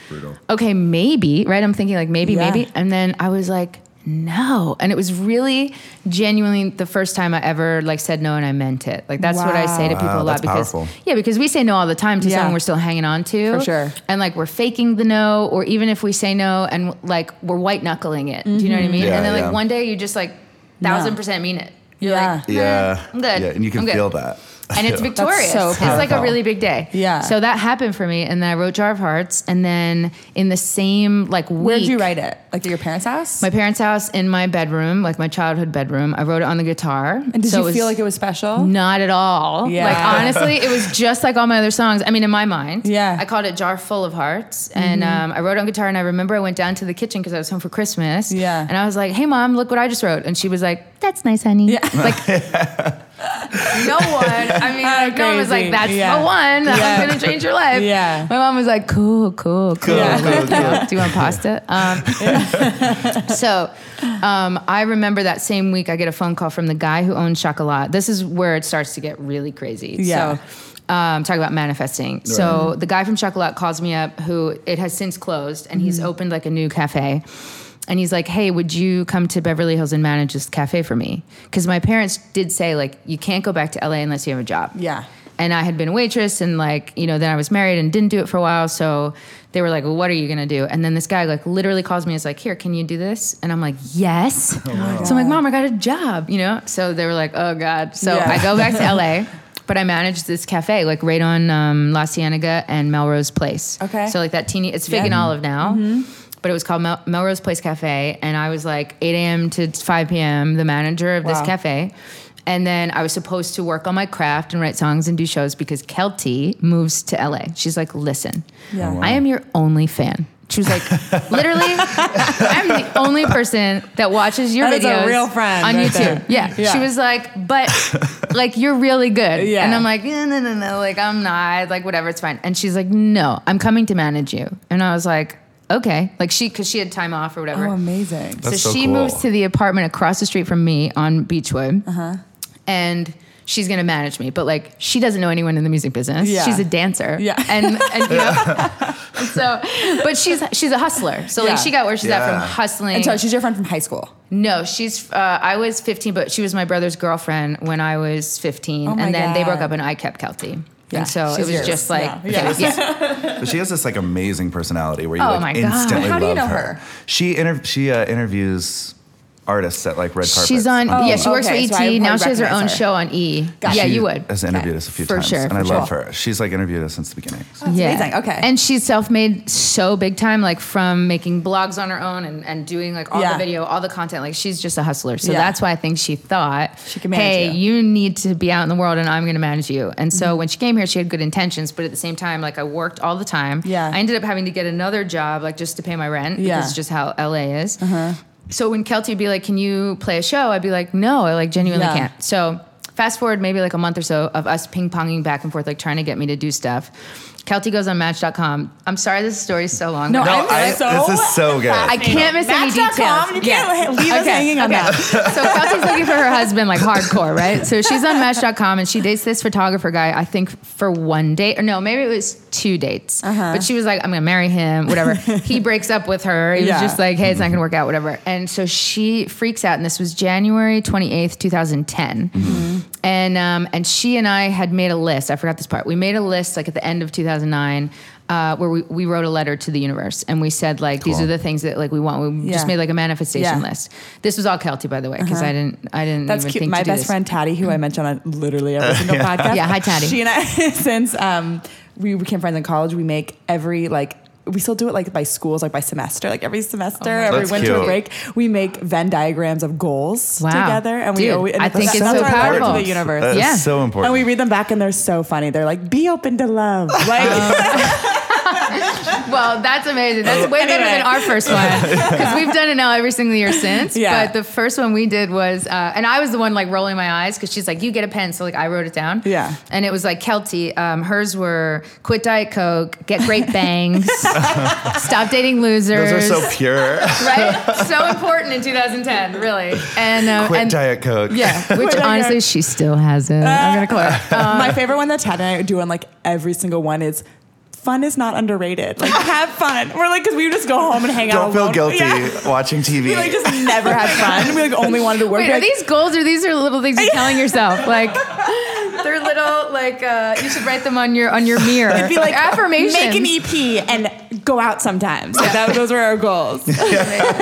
Speaker 4: okay, maybe, right? I'm thinking like maybe,
Speaker 1: Yeah.
Speaker 4: maybe. And then I was like, no. And it was really genuinely the first time I ever like said no and I meant it. Like that's what I say to
Speaker 1: Wow.
Speaker 4: people
Speaker 2: Wow,
Speaker 4: a lot
Speaker 2: that's
Speaker 4: because
Speaker 2: powerful.
Speaker 4: yeah, because we say no all the time to
Speaker 1: Yeah.
Speaker 4: someone we're still hanging on to.
Speaker 1: For sure.
Speaker 4: And like we're faking the no or even if we say no and like we're white knuckling it. Do you know
Speaker 1: Mm-hmm.
Speaker 4: what I mean?
Speaker 2: Yeah,
Speaker 4: and then like
Speaker 2: yeah.
Speaker 4: one day you just like thousand percent mean it. You're
Speaker 1: Yeah.
Speaker 4: like,
Speaker 2: Yeah.
Speaker 4: I'm good.
Speaker 2: Yeah, and you can
Speaker 4: I'm good.
Speaker 2: feel that.
Speaker 4: and it's
Speaker 2: Yeah.
Speaker 4: victorious.
Speaker 1: so
Speaker 4: it's like a
Speaker 2: powerful.
Speaker 4: really big day.
Speaker 1: Yeah.
Speaker 4: So that happened for me, and then I wrote Jar of Hearts, and then in the same like week,
Speaker 1: Where'd you write it? Like at your parents' house?
Speaker 4: my parents' house in my bedroom, like my childhood bedroom. I wrote it on the guitar.
Speaker 1: and did
Speaker 4: So
Speaker 1: you
Speaker 4: was
Speaker 1: feel like it was special?
Speaker 4: Not at all.
Speaker 1: Yeah.
Speaker 4: Like honestly, it was just like all my other songs. I mean, in my mind.
Speaker 1: Yeah.
Speaker 4: I called it Jar Full of Hearts, and
Speaker 5: Mm-hmm.
Speaker 4: um, I wrote it on guitar. And I remember I went down to the kitchen because I was home for Christmas.
Speaker 1: Yeah.
Speaker 4: And I was like, "Hey, mom, look what I just wrote," and she was like, "That's nice, honey." Yeah. Like. no one. I mean,
Speaker 5: How
Speaker 4: like, no one was
Speaker 5: crazy.
Speaker 4: like, "That's
Speaker 5: Yeah.
Speaker 4: the one that's
Speaker 5: Yeah.
Speaker 4: gonna change your life."
Speaker 5: Yeah.
Speaker 4: My mom was like, "Cool, cool, cool."
Speaker 2: Yeah.
Speaker 4: cool,
Speaker 2: cool, cool.
Speaker 4: Do you want pasta? Um, so, um, I remember that same week, I get a phone call from the guy who owned Chocolat. This is where it starts to get really crazy.
Speaker 5: Yeah.
Speaker 4: So, um, talking about manifesting. So the guy from Chocolat calls me up, who it has since closed, and he's
Speaker 5: Mm-hmm.
Speaker 4: opened like a new cafe. And he's like, "Hey, would you come to Beverly Hills and manage this cafe for me?" Because my parents did say like, "You can't go back to LA unless you have a job."
Speaker 5: Yeah.
Speaker 4: And I had been a waitress, and like, you know, then I was married and didn't do it for a while. So they were like, well, "What are you gonna do?" And then this guy like literally calls me. He's like, "Here, can you do this?" And I'm like, "Yes."
Speaker 5: Oh
Speaker 4: so I'm like, "Mom, I got a job," you know. So they were like, "Oh God." So
Speaker 5: Yeah.
Speaker 4: I go back to LA, but I managed this cafe like right on um, La Cienega and Melrose Place.
Speaker 5: Okay. Mm-hmm.
Speaker 4: So like that teeny, it's Fig and Olive now. But it was called Mel- Melrose Place Cafe, and I was like 8 a.m. to 5 p.m. the manager of this
Speaker 5: Wow.
Speaker 4: cafe, and then I was supposed to work on my craft and write songs and do shows because Kelty moves to LA. She's like, "Listen,
Speaker 5: Yeah.
Speaker 4: I am your only fan." She was like, "Literally, I'm the only person that watches your
Speaker 5: That is a
Speaker 4: videos
Speaker 5: real friend
Speaker 4: on
Speaker 5: right there.
Speaker 4: YouTube." Yeah.
Speaker 5: Yeah.
Speaker 4: She was like, but like you're really good.
Speaker 5: Yeah.
Speaker 4: And I'm like, "Eh, no, no, no, like I'm not, like whatever, it's fine. And she's like, no, I'm coming to manage you. And I was like, okay. Like she, cause she had time off or whatever.
Speaker 5: Oh, amazing.
Speaker 2: That's
Speaker 4: so,
Speaker 2: so
Speaker 4: she
Speaker 2: cool.
Speaker 4: moves to the apartment across the street from me on Beechwood.
Speaker 5: Uh-huh.
Speaker 4: And she's gonna manage me, but like she doesn't know anyone in the music business.
Speaker 5: Yeah.
Speaker 4: She's a dancer.
Speaker 5: Yeah.
Speaker 4: And and you know and so but she's she's a hustler. So
Speaker 5: Yeah.
Speaker 4: like she got where she's at
Speaker 2: Yeah.
Speaker 4: from hustling.
Speaker 5: And so she's your friend from high school.
Speaker 4: No, she's. Uh, I was 15, but she was my brother's girlfriend when I was 15,
Speaker 5: Oh my
Speaker 4: and then they
Speaker 5: God.
Speaker 4: broke up, and I kept Kelty.
Speaker 5: Yeah,
Speaker 4: and so it
Speaker 5: she's
Speaker 4: was
Speaker 5: yours.
Speaker 4: just like,
Speaker 5: Yeah.
Speaker 4: yeah, yeah.
Speaker 2: But she has this like amazing personality where you
Speaker 4: Oh my
Speaker 2: like
Speaker 4: God.
Speaker 2: instantly
Speaker 5: How do you
Speaker 2: love
Speaker 5: know
Speaker 2: her.
Speaker 5: her?
Speaker 2: She inter- she uh, interviews artists at like red carpets. Um,
Speaker 4: she's on.
Speaker 5: Oh,
Speaker 4: yeah, she works
Speaker 5: okay,
Speaker 4: for
Speaker 5: so I
Speaker 4: ET. now
Speaker 5: would
Speaker 4: she has her
Speaker 5: recognize
Speaker 4: own
Speaker 5: her.
Speaker 4: show on E.
Speaker 5: Gotcha.
Speaker 4: Yeah,
Speaker 2: She
Speaker 4: you would.
Speaker 2: Has interviewed us a few
Speaker 4: For
Speaker 2: times,
Speaker 4: sure,
Speaker 2: and I
Speaker 4: for
Speaker 2: love
Speaker 5: sure.
Speaker 2: her. She's like interviewed us since the beginning.
Speaker 4: yeah.
Speaker 5: amazing. Okay.
Speaker 4: And she's self-made so big time, like from making blogs on her own and, and doing like all
Speaker 5: Yeah.
Speaker 4: the video, all the content. Like she's just a hustler. So
Speaker 5: Yeah.
Speaker 4: that's why I think she thought,
Speaker 5: She can manage
Speaker 4: hey,
Speaker 5: you." Mm-hmm.
Speaker 4: you. need to be out in the world and I'm going to manage you. And so when she came here, she had good intentions, but at the same time, like I worked all the time.
Speaker 5: Yeah.
Speaker 4: I ended up having to get another job, like just to pay my rent.
Speaker 5: Yeah. Uh-huh.
Speaker 4: Because it's just how LA is. So when Kelty would be like, can you play a show? I'd be like, no, I like genuinely
Speaker 5: Yeah.
Speaker 4: can't. So fast forward maybe like a month or so of us ping ponging back and forth, like trying to get me to do stuff. Kelty goes on Match.com. I'm sorry this story's so long.
Speaker 5: No,
Speaker 4: but
Speaker 5: I'm so
Speaker 2: this is so good.
Speaker 4: I can't miss any
Speaker 5: Match.com,
Speaker 4: details.
Speaker 5: you can't leave us hanging on that.
Speaker 4: so Kelsey's looking for her husband like hardcore, right? So she's on Match.com and she dates this photographer guy. I think for one date or no, maybe it was two dates.
Speaker 5: Uh-huh.
Speaker 4: But she was like, "I'm gonna marry him," whatever. he breaks up with her. He
Speaker 5: Yeah.
Speaker 4: was just like, "Hey, it's not gonna work out," whatever. And so she freaks out, and this was January 28th, 2010.
Speaker 5: Mm-hmm.
Speaker 4: And um, and she and I had made a list. I forgot this part. We made a list like at the end of 2009. Uh, where we, we wrote a letter to the universe and we said like these
Speaker 2: Cool.
Speaker 4: are the things that like we want we
Speaker 5: Yeah.
Speaker 4: just made like a manifestation
Speaker 5: Yeah. Uh-huh.
Speaker 4: list list. This was all Kelty, by the way, because I didn't, I didn't
Speaker 5: That's
Speaker 4: even
Speaker 5: cute.
Speaker 4: think
Speaker 5: My
Speaker 4: to do
Speaker 5: best
Speaker 4: this.
Speaker 5: friend Taddy, who I mention on literally every single podcast.
Speaker 4: Yeah, hi, Taddy.
Speaker 5: She and I, since um, we became friends in college, we make every like. We still do it like by schools, like by semester, like every semester, every
Speaker 2: That's
Speaker 5: winter
Speaker 2: cute.
Speaker 5: break. We make Venn diagrams of goals
Speaker 4: Wow.
Speaker 5: together, and we
Speaker 4: Dude,
Speaker 5: always. and
Speaker 4: I
Speaker 5: it's-
Speaker 4: think it's
Speaker 5: that's
Speaker 4: so
Speaker 5: our letter
Speaker 4: powerful.
Speaker 5: to the universe.
Speaker 2: That is
Speaker 4: Yeah.
Speaker 2: so important.
Speaker 5: And we read them back, and they're so funny. They're like, "Be open to love." Like,
Speaker 4: Well, that's amazing. That's way better
Speaker 5: Anyway.
Speaker 4: than our first one because we've done it now every single year since.
Speaker 5: Yeah.
Speaker 4: But the first one we did was, uh, and I was the one like rolling my eyes because she's like, "You get a pen," so like I wrote it down.
Speaker 5: Yeah.
Speaker 4: And it was like Kelty. Um, hers were quit diet coke, get great bangs, stop dating losers.
Speaker 2: Those are so pure.
Speaker 4: right. So important in 2010, really. And um,
Speaker 2: Quit
Speaker 4: and,
Speaker 2: Diet Coke.
Speaker 4: Yeah, which
Speaker 5: Diet
Speaker 4: honestly she still hasn't. I'm gonna call her.
Speaker 5: my favorite one that Tad and I do on like every single one is. Fun is not underrated. Like have fun. We're like, because we would just go home and hang
Speaker 2: Don't
Speaker 5: out.
Speaker 2: feel
Speaker 5: alone.
Speaker 2: guilty
Speaker 5: Yeah.
Speaker 2: watching TV.
Speaker 5: We like just never had fun. We like only wanted to work.
Speaker 4: Wait,
Speaker 5: We're
Speaker 4: are
Speaker 5: like,
Speaker 4: these goals or these are little things you're telling yourself? Like they're little like uh, you should write them on your on your mirror.
Speaker 5: It'd be like
Speaker 4: affirmations.
Speaker 5: Make an EP and go out sometimes. So that, those were our goals.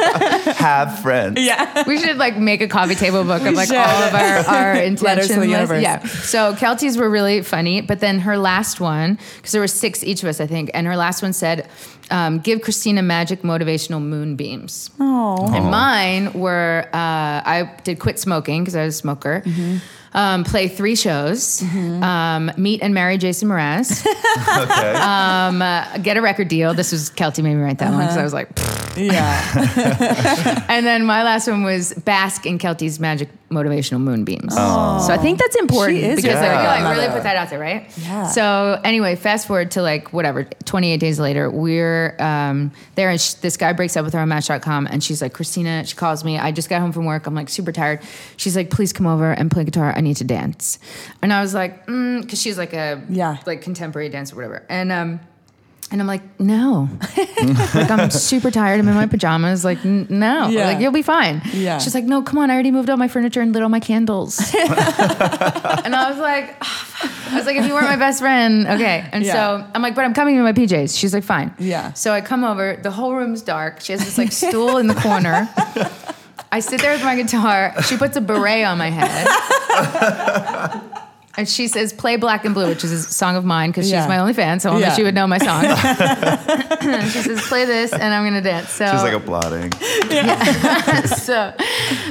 Speaker 2: have friends.
Speaker 5: Yeah.
Speaker 4: we should like make a coffee table book of like
Speaker 5: should.
Speaker 4: all of our, our
Speaker 5: Letters to
Speaker 4: intention
Speaker 5: the
Speaker 4: list.
Speaker 5: universe.
Speaker 4: Yeah. So Kelty's were really funny, but then her last one, because there were six each of us, I think, and her last one said, um, "Give Christina magic motivational moonbeams." Oh. And mine were uh, I did quit smoking because I was a smoker.
Speaker 5: Mm-hmm.
Speaker 4: Um, play three shows, um, meet and marry Jason Mraz,
Speaker 2: Okay.
Speaker 4: get a record deal. This was Kelty made me write that one because I was like, "Pfft,
Speaker 5: Yeah.
Speaker 4: And then my last one was Bask in Kelty's Magic Motivational Moonbeams. So I think that's important
Speaker 5: She is
Speaker 4: because
Speaker 5: your
Speaker 4: I feel like
Speaker 5: godmother.
Speaker 4: really put that out there, right?
Speaker 5: Yeah.
Speaker 4: So anyway, fast forward to like whatever, 28 days later, we're um, there and sh- this guy breaks up with her on Match.com and she's like, Christina, she calls me. I just got home from work. I'm like super tired. She's like, please come over and play guitar. I need to dance. And I was like, mm, because she's like a
Speaker 5: Yeah.
Speaker 4: like contemporary dance or whatever. And um, and I'm like, no. like, I'm super tired. I'm in my pajamas. Like, n- no.
Speaker 5: Yeah.
Speaker 4: Like, you'll be fine.
Speaker 5: Yeah.
Speaker 4: She's like, no, come on. I already moved all my furniture and lit all my candles. and I was like, "Oh, I was like, if you weren't my best friend, okay. And
Speaker 5: Yeah.
Speaker 4: so I'm like, but I'm coming in my PJs. She's like, fine.
Speaker 5: Yeah.
Speaker 4: So I come over. The whole room's dark. She has this like stool in the corner. I sit there with my guitar. She puts a beret on my head. And she says, play Black and Blue, which is a song of mine because
Speaker 5: Yeah.
Speaker 4: she's my only fan, so only
Speaker 5: Yeah.
Speaker 4: she would know my song. she says, play this, and I'm going to dance. So,
Speaker 2: She's like applauding.
Speaker 4: so,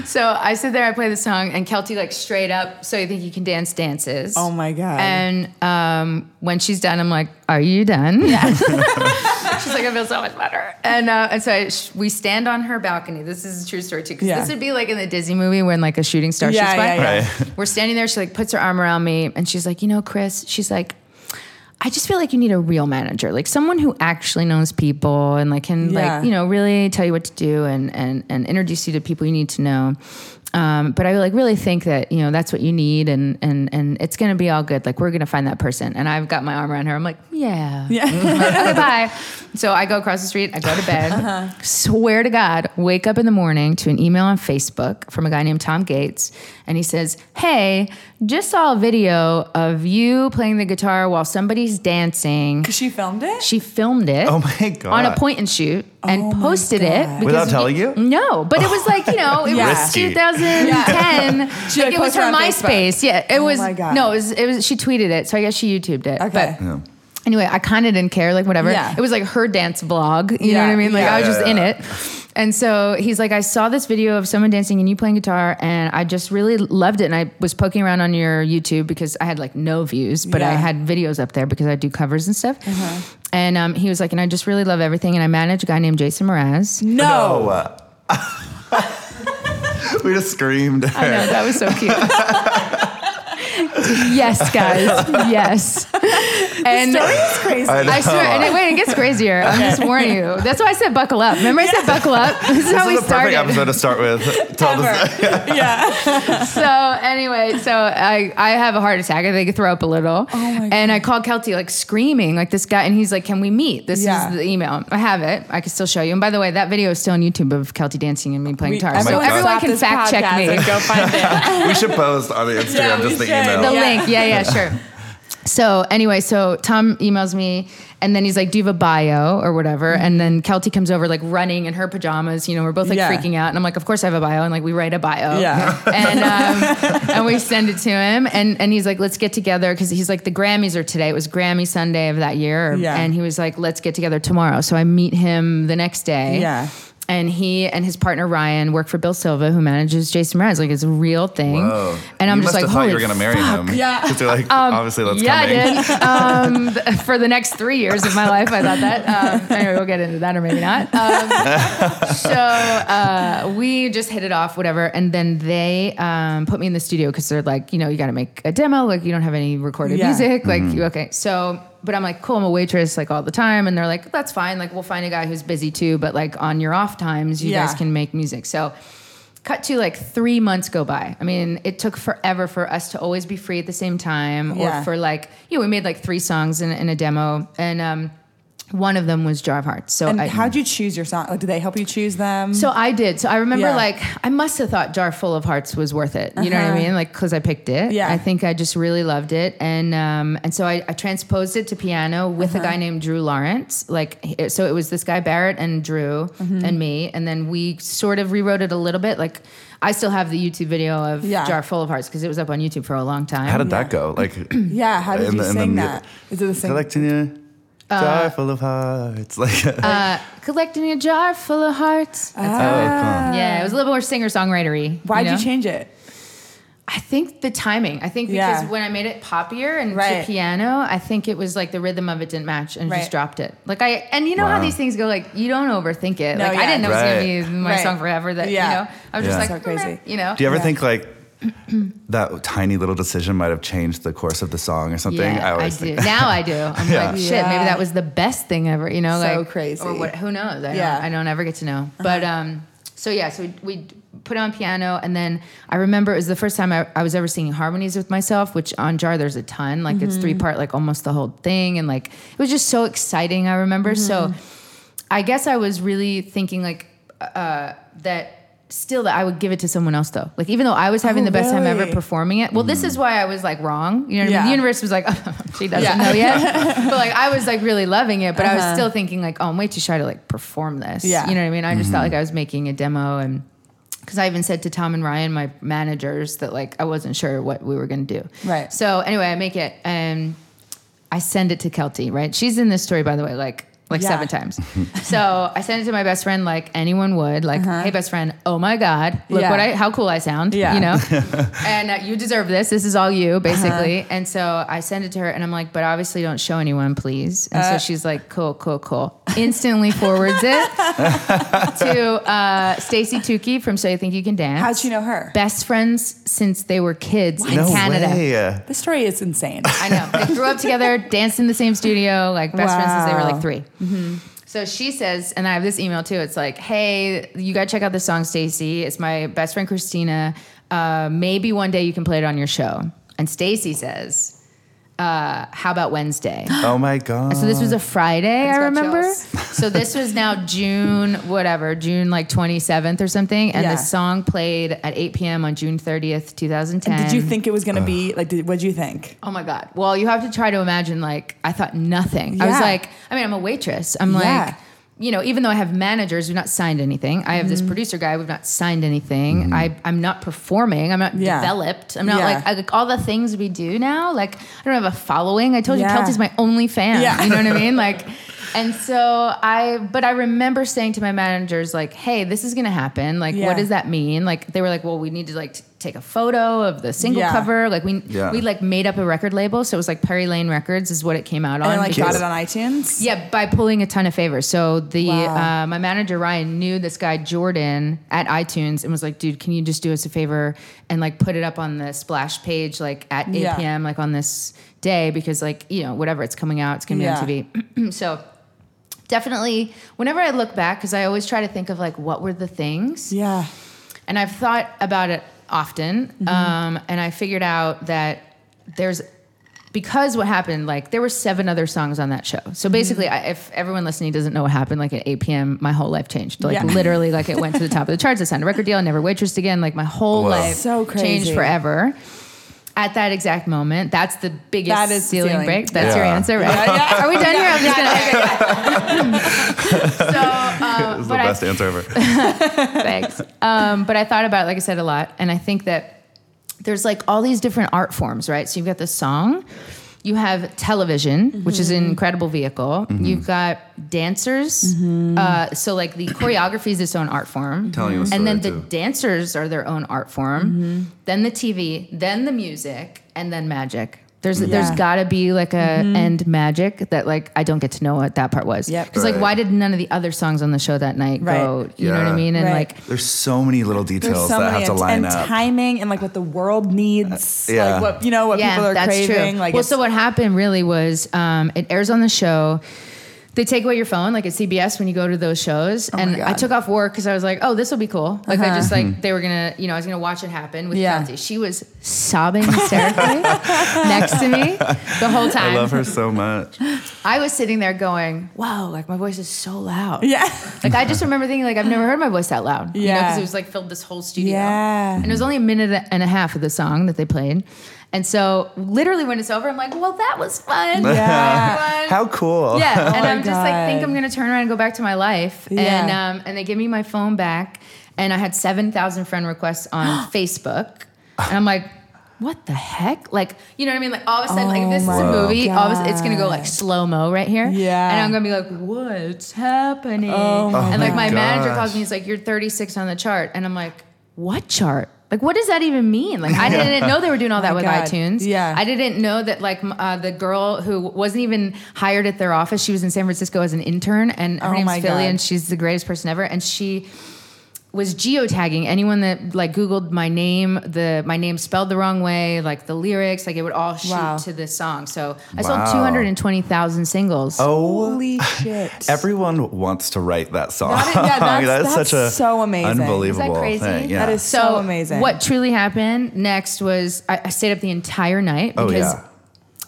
Speaker 4: so I sit there, I play the song, and Kelty, like, straight up, so you think you can dance, dances.
Speaker 5: Oh my God.
Speaker 4: And um, when she's done, I'm like, "Are you done?" she's like, "I feel so much better." And uh, and so I sh- we stand on her balcony. This is a true story too, because
Speaker 5: Yeah.
Speaker 4: this would be like in the Disney movie when like a shooting star
Speaker 5: Yeah,
Speaker 4: shoots by.
Speaker 5: yeah,
Speaker 2: yeah.
Speaker 4: We're standing there. She like puts her arm around me, and she's like, "You know, Chris." She's like. I just feel like you need a real manager, like someone who actually knows people and like can
Speaker 5: Yeah.
Speaker 4: like you know really tell you what to do and and and introduce you to people you need to know. Um, but I like really think that you know that's what you need and and and it's gonna be all good. Like we're gonna find that person. And I've got my arm around her. I'm like, yeah, yeah. okay, bye. So I go across the street. I go to bed.
Speaker 5: Uh-huh.
Speaker 4: Swear to God, wake up in the morning to an email on Facebook from a guy named Tom Gates, and he says, "Hey, just saw a video of you playing the guitar while somebody's dancing."
Speaker 5: she filmed it?
Speaker 4: She filmed it.
Speaker 2: Oh my God.
Speaker 4: On a point and shoot, and
Speaker 5: Oh my
Speaker 4: posted
Speaker 5: God.
Speaker 4: it because
Speaker 2: Without telling you?
Speaker 4: No, but it was like you know, it
Speaker 5: Yeah.
Speaker 4: was
Speaker 2: Risky.
Speaker 4: 2010.
Speaker 5: She,
Speaker 4: like,
Speaker 5: like,
Speaker 4: it was
Speaker 5: posted
Speaker 4: her
Speaker 5: on Facebook. Oh
Speaker 4: MySpace. Yeah, it was.
Speaker 5: my God.
Speaker 4: No, it was, it was. She tweeted it, so I guess she YouTubed it.
Speaker 5: Okay.
Speaker 4: But anyway, I kind of didn't care, like whatever.
Speaker 5: Yeah.
Speaker 4: It was like her dance vlog. You know
Speaker 5: Yeah,
Speaker 4: what I mean? Like
Speaker 5: yeah.
Speaker 4: I was
Speaker 2: Yeah,
Speaker 4: just
Speaker 2: yeah,
Speaker 4: in
Speaker 2: yeah.
Speaker 4: it. And so he's like, I saw this video of someone dancing and you playing guitar, and I just really loved it. And I was poking around on your YouTube because I had like no views, but I
Speaker 5: Yeah.
Speaker 4: had videos up there because I do covers and stuff. And um, he was like, and I just really love everything. And I manage a guy named Jason Mraz.
Speaker 5: No.
Speaker 2: Oh. uh, we just screamed.
Speaker 4: I know that was so cute. yes, guys. Yes. And
Speaker 5: It's crazy.
Speaker 2: I
Speaker 4: I swear, and it, wait, it gets crazier. I'm just warning you. That's why I said buckle up. Remember, I said buckle up. This is how
Speaker 2: this
Speaker 4: we
Speaker 2: is the perfect
Speaker 4: started.
Speaker 2: episode to start with. Tell us.
Speaker 5: yeah.
Speaker 4: So anyway, so I, I have a heart attack. I think I throw up a little. Oh
Speaker 5: my
Speaker 4: and I called Kelty like screaming like this guy, and he's like, "Can we meet?" This
Speaker 5: Yeah.
Speaker 4: is the email. I have it. I can still show you. And by the way, that video is still on YouTube of Kelty dancing and me playing guitar. So
Speaker 2: everyone
Speaker 4: everyone
Speaker 2: stop
Speaker 4: can fact check me.
Speaker 5: go find it.
Speaker 2: We should post on the Instagram
Speaker 5: Yeah, we
Speaker 2: just the
Speaker 5: should.
Speaker 2: email.
Speaker 4: the
Speaker 5: Yeah.
Speaker 4: link. Yeah, yeah, sure. So anyway, so Tom emails me and then he's like, Do you have a bio or whatever?
Speaker 2: Mm-hmm.
Speaker 4: And then Kelty comes over like running in her pajamas. You know, we're both like
Speaker 5: Yeah.
Speaker 4: freaking out. And I'm like, Of course I have a bio. And like we write a bio.
Speaker 5: Yeah.
Speaker 4: And um, and we send it to him. And and he's like, Let's get together because he's like the Grammys are today. It was Grammy Sunday of that year. or-
Speaker 5: Yeah.
Speaker 4: And he was like, Let's get together tomorrow. So I meet him the next day.
Speaker 5: Yeah.
Speaker 4: And he and his partner Ryan work for Bill Silva, who manages Jason Mraz. Like it's a real thing.
Speaker 2: Whoa.
Speaker 4: And I'm
Speaker 2: you
Speaker 4: just
Speaker 2: must
Speaker 4: like,
Speaker 2: have thought you were gonna
Speaker 4: "Holy
Speaker 2: marry him.
Speaker 5: Yeah.
Speaker 2: Because you're like, obviously, that's
Speaker 4: Um, yeah,
Speaker 2: coming.
Speaker 4: I did. Um, th- for the next three years of my life, I thought that. Um, anyway, we'll get into that or maybe not. Um, so uh, we just hit it off, whatever. And then they um, put me in the studio because they're like, you know, you got to make a demo. Like, you don't have any recorded
Speaker 5: Yeah.
Speaker 4: music. Like,
Speaker 2: Mm-hmm.
Speaker 4: you okay. So, but I'm like, cool, I'm a waitress like all the time. And they're like, that's fine. Like, we'll find a guy who's busy too. But like on your off times, you
Speaker 5: Yeah.
Speaker 4: guys can make music. So, cut to like three months go by. I mean, it took forever for us to always be free at the same time,
Speaker 5: Yeah.
Speaker 4: or for like, you know, we made like three songs in, in a demo, and um, one of them was Jar of Hearts. So
Speaker 5: And
Speaker 4: I,
Speaker 5: how'd you choose your song? Like, did they help you choose them?
Speaker 4: so I did. So I remember
Speaker 5: Yeah.
Speaker 4: like I must have thought Jar Full of Hearts was worth it. You know what I
Speaker 5: Uh-huh.
Speaker 4: mean? Like because I picked it.
Speaker 5: Yeah.
Speaker 4: I think I just really loved it, and um, and so I, I transposed it to piano with a
Speaker 5: Uh-huh.
Speaker 4: guy named Drew Lawrence. Like he- so, it was this guy Barrett and Drew
Speaker 5: Mm-hmm.
Speaker 4: and me, and then we sort of rewrote it a little bit. Like I still have the YouTube video of
Speaker 5: Yeah.
Speaker 4: Jar Full of Hearts because it was up on YouTube for a long time.
Speaker 2: How did that go? Like,
Speaker 5: yeah. How did
Speaker 2: in
Speaker 5: you
Speaker 2: the- in the
Speaker 5: sing
Speaker 2: mu-
Speaker 5: that? Is it the same?
Speaker 2: collecting a jar full of hearts. Like,
Speaker 4: uh, collecting a jar full of hearts.
Speaker 5: Uh.
Speaker 2: oh, cool.
Speaker 4: Ah. yeah, it was a little more singer songwritery.
Speaker 5: Why'd you change it?
Speaker 4: I think the timing. I think
Speaker 5: Yeah.
Speaker 4: because when I made it poppier and
Speaker 5: Right.
Speaker 4: to piano, I think it was like the rhythm of it didn't match and
Speaker 5: Right.
Speaker 4: just dropped it. Like I and you know how
Speaker 2: Wow.
Speaker 4: these things go. Like you don't overthink it.
Speaker 5: No,
Speaker 4: like
Speaker 5: yeah.
Speaker 4: I didn't know it was
Speaker 2: Right.
Speaker 4: gonna be my
Speaker 5: Right. song
Speaker 4: song forever. That
Speaker 5: Yeah.
Speaker 4: you know, I was
Speaker 2: Yeah.
Speaker 4: just
Speaker 2: So
Speaker 4: like
Speaker 5: crazy.
Speaker 4: crazy. You know,
Speaker 2: Do you ever
Speaker 5: Yeah.
Speaker 2: think like that tiny little decision might have changed the course of the song or something?
Speaker 4: Yeah, I,
Speaker 2: always
Speaker 4: do.
Speaker 2: think
Speaker 4: Now I do. I'm
Speaker 2: Yeah.
Speaker 4: like, shit,
Speaker 5: Yeah.
Speaker 4: maybe that was the best thing ever. You know,
Speaker 5: So
Speaker 4: like
Speaker 5: crazy.
Speaker 4: Or what, who knows? I
Speaker 5: Yeah. Uh-huh.
Speaker 4: don't, I don't ever get to know. But um, so yeah, so we, we put on piano, and then I remember it was the first time I, I was ever singing harmonies with myself. Which on Jar, there's a ton. Like
Speaker 5: Mm-hmm.
Speaker 4: it's three part, like almost the whole thing, and like it was just so exciting. I remember.
Speaker 5: Mm-hmm.
Speaker 4: So I guess I was really thinking like uh, that. Still, that I would give it to someone else though. Like, even though I was having
Speaker 5: Oh,
Speaker 4: the best time ever
Speaker 5: really?
Speaker 4: performing it. Well, this
Speaker 2: Mm.
Speaker 4: is why I was like wrong. You know what I
Speaker 5: Yeah.
Speaker 4: mean? The universe was like, she doesn't
Speaker 5: Yeah.
Speaker 4: know yet. but like, I was like really loving it, but I
Speaker 5: Uh-huh.
Speaker 4: was still thinking like, oh, I'm way too shy to like perform this.
Speaker 5: Yeah.
Speaker 4: You know what I mean? I just thought like I was making a demo and because I even said to Tom and Ryan, my managers, that like I wasn't sure what we were going to do.
Speaker 5: Right.
Speaker 4: So anyway, I make it and I send it to Kelty, right? She's in this story, by the way, like like
Speaker 5: Yeah.
Speaker 4: seven times. so I send it to my best friend, like anyone would, like, hey, best friend, oh my god, look
Speaker 5: Uh-huh. Yeah.
Speaker 4: what I how cool I sound,
Speaker 5: Yeah.
Speaker 4: you know, and uh, you deserve this. This is all you, basically. And so I send it to her, and I'm like, but obviously, don't show anyone, please. And so she's like, cool, cool, cool. Instantly forwards it to uh, Stacy Tukey from So You Think You Can Dance.
Speaker 5: How'd you know her?
Speaker 4: Best friends since they were kids in
Speaker 2: no
Speaker 4: Canada.
Speaker 2: way.
Speaker 5: This story is insane.
Speaker 4: I know. They grew up together, danced in the same studio, like best friends since they were
Speaker 5: Wow. Mm-hmm.
Speaker 4: like 3 So she says, and I have this email too. It's like, hey, you gotta check out this song, Stacy. It's my best friend Christina. Uh, maybe one day you can play it on your show. And Stacy says, uh, how about Wednesday?
Speaker 2: Oh my god.
Speaker 4: So this was a Friday, I
Speaker 5: got
Speaker 4: remember.
Speaker 5: chills.
Speaker 4: so this was now June, whatever, June like 27th or something. And
Speaker 5: Yeah.
Speaker 4: the song played at 8 p.m. on June 30th, 2010.
Speaker 5: Did you think it was gonna be
Speaker 2: Uh.
Speaker 5: like? Did, what'd you think?
Speaker 4: Oh my God. Well, you have to try to imagine, like, I thought nothing. I was
Speaker 5: Yeah.
Speaker 4: like, I mean, I'm a waitress. I'm
Speaker 5: Yeah.
Speaker 4: like, you know, even though I have managers, we've not signed anything. I have this
Speaker 5: Mm-hmm.
Speaker 4: producer guy, we've not signed anything. I, I'm not performing. I'm not
Speaker 5: Yeah.
Speaker 4: developed. I'm not
Speaker 5: Yeah.
Speaker 4: like, I- like all the things we do now. Like, I don't have a following. I told
Speaker 5: Yeah.
Speaker 4: you, Kelty's my only fan.
Speaker 5: Yeah.
Speaker 4: You know what I mean? Like, and so I, but I remember saying to my managers, like, hey, this is going to happen. Like,
Speaker 5: Yeah.
Speaker 4: what does that mean? Like, they were like, well, we need to like t- take a photo of the single
Speaker 5: Yeah.
Speaker 4: cover. Like, we,
Speaker 2: Yeah.
Speaker 4: we like made up a record label. So it was like Perry Lane Records is what it came out
Speaker 5: And
Speaker 4: on.
Speaker 5: then, like
Speaker 4: because-
Speaker 5: got it on iTunes.
Speaker 4: yeah, by pulling a ton of favors. So the
Speaker 5: Wow.
Speaker 4: uh, my manager Ryan knew this guy Jordan at iTunes and was like, "Dude, can you just do us a favor and like put it up on the splash page like at 8
Speaker 5: Yeah.
Speaker 4: p.m. like on this day because like you know whatever it's coming out, it's gonna be
Speaker 5: Yeah.
Speaker 4: on TV." so definitely, whenever I look back, because I always try to think of like what were the things
Speaker 5: Yeah.
Speaker 4: and I've thought about it often,
Speaker 5: Mm-hmm.
Speaker 4: um, and I figured out that there's because what happened, like there were seven other songs on that show.
Speaker 5: Mm-hmm.
Speaker 4: So basically, I, if everyone listening doesn't know what happened, like at 8 p.m., my whole life changed. Like
Speaker 5: Yeah.
Speaker 4: literally, like it went to the top of the charts. I signed a record deal. I never waitressed again. Like my whole
Speaker 2: Wow.
Speaker 4: life
Speaker 5: So
Speaker 4: changed
Speaker 5: crazy.
Speaker 4: forever. At that exact moment, that's the biggest
Speaker 5: That is the
Speaker 4: ceiling,
Speaker 5: ceiling.
Speaker 4: break. That's
Speaker 2: Yeah.
Speaker 4: your answer, right?
Speaker 5: yeah.
Speaker 4: Are we done here? I'm just gonna. so,
Speaker 2: It
Speaker 4: um,
Speaker 2: was
Speaker 4: but
Speaker 2: the
Speaker 4: I
Speaker 2: best answer ever.
Speaker 4: Thanks. Um, but I thought about it, like I said, a lot. And I think that there's like all these different art forms, right? So you've got the song, you have television, which is an
Speaker 2: Mm-hmm.
Speaker 4: incredible vehicle, you've got dancers.
Speaker 2: Mm-hmm.
Speaker 4: Uh, so, like, the choreography is its own art form.
Speaker 2: Telling you a
Speaker 4: and then
Speaker 2: story,
Speaker 4: the
Speaker 2: too. Mm-hmm.
Speaker 4: dancers are their own art form, then the TV, then the music, and then magic. There's, there's
Speaker 5: Yeah.
Speaker 4: gotta be like a
Speaker 2: Mm-hmm.
Speaker 4: end magic that like I don't get to know what that part was.
Speaker 5: Yep.
Speaker 4: Because like
Speaker 2: Right.
Speaker 4: why did none of the other songs on the show that night
Speaker 5: Right.
Speaker 4: go? You know what I
Speaker 2: Yeah.
Speaker 4: mean? And
Speaker 5: Right.
Speaker 4: like
Speaker 2: There's so many little details that have to
Speaker 5: and-
Speaker 2: line
Speaker 5: and
Speaker 2: up.
Speaker 5: timing and like what the world needs.
Speaker 2: Uh, yeah.
Speaker 5: Like what you know what people are craving. Like
Speaker 4: well,
Speaker 5: it's-
Speaker 4: so what happened really was um, it airs on the show. They take away your phone, like at CBS when you go to those shows. and I
Speaker 5: Oh God. Uh-huh.
Speaker 4: took off work because I was like, "Oh, this will be cool." Like I just like they were gonna, you know, I was gonna watch it happen with
Speaker 5: Yeah.
Speaker 4: Kelsey. She was sobbing hysterically next to me the whole time.
Speaker 2: I love her so much.
Speaker 4: I was sitting there going, "Wow, like my voice is so loud."
Speaker 5: yeah.
Speaker 4: Like I just remember thinking, like I've never heard my voice that loud. Yeah,
Speaker 5: Yeah.
Speaker 4: because it was like filled this whole studio.
Speaker 5: Yeah.
Speaker 4: and it was only a minute and a half of the song that they played, and so literally when it's over, I'm like, well, that was fun.
Speaker 5: Yeah.
Speaker 4: Fun.
Speaker 2: How cool.
Speaker 4: Yeah, and I'm just
Speaker 5: Oh God.
Speaker 4: like, think I'm gonna turn around and go back to my life, and
Speaker 5: Yeah.
Speaker 4: um, and they give me my phone back, and I had seven thousand friend requests on Facebook, and I'm like. What the heck? Like, you know what I mean? Like, all of a sudden, like, if this is a
Speaker 5: Oh my
Speaker 4: movie. All of a sudden, it's gonna go
Speaker 5: God.
Speaker 4: like slow mo right here.
Speaker 5: Yeah.
Speaker 4: and I'm gonna be like, what's happening?
Speaker 5: Oh my
Speaker 4: and like, my
Speaker 2: God.
Speaker 4: manager
Speaker 2: gosh.
Speaker 4: calls me. He's like, you're 36 on the chart, and I'm like, what chart? Like, what does that even mean? Like, I didn't know they were doing all that
Speaker 5: My
Speaker 4: with
Speaker 5: God.
Speaker 4: iTunes.
Speaker 5: Yeah.
Speaker 4: I didn't know that, like, m- uh, the girl who wasn't even hired at their office, she was in San Francisco as an intern, and her
Speaker 5: Oh
Speaker 4: name's
Speaker 5: my
Speaker 4: Philly,
Speaker 5: God.
Speaker 4: and she's the greatest person ever. And she was geotagging anyone that like googled my name the my name spelled the wrong way like the lyrics like it would all shoot
Speaker 5: Wow.
Speaker 4: to this song so i
Speaker 2: Wow.
Speaker 4: sold 220000 singles
Speaker 2: Oh,
Speaker 5: Holy shit.
Speaker 2: everyone wants to write that song.
Speaker 5: That is- yeah, that's- that's so amazing. Is that
Speaker 2: unbelievable
Speaker 4: crazy?
Speaker 2: thing. Yeah.
Speaker 5: That is so, amazing.
Speaker 4: What truly happened next was I, I stayed up the entire night
Speaker 2: Oh,
Speaker 4: because
Speaker 2: yeah.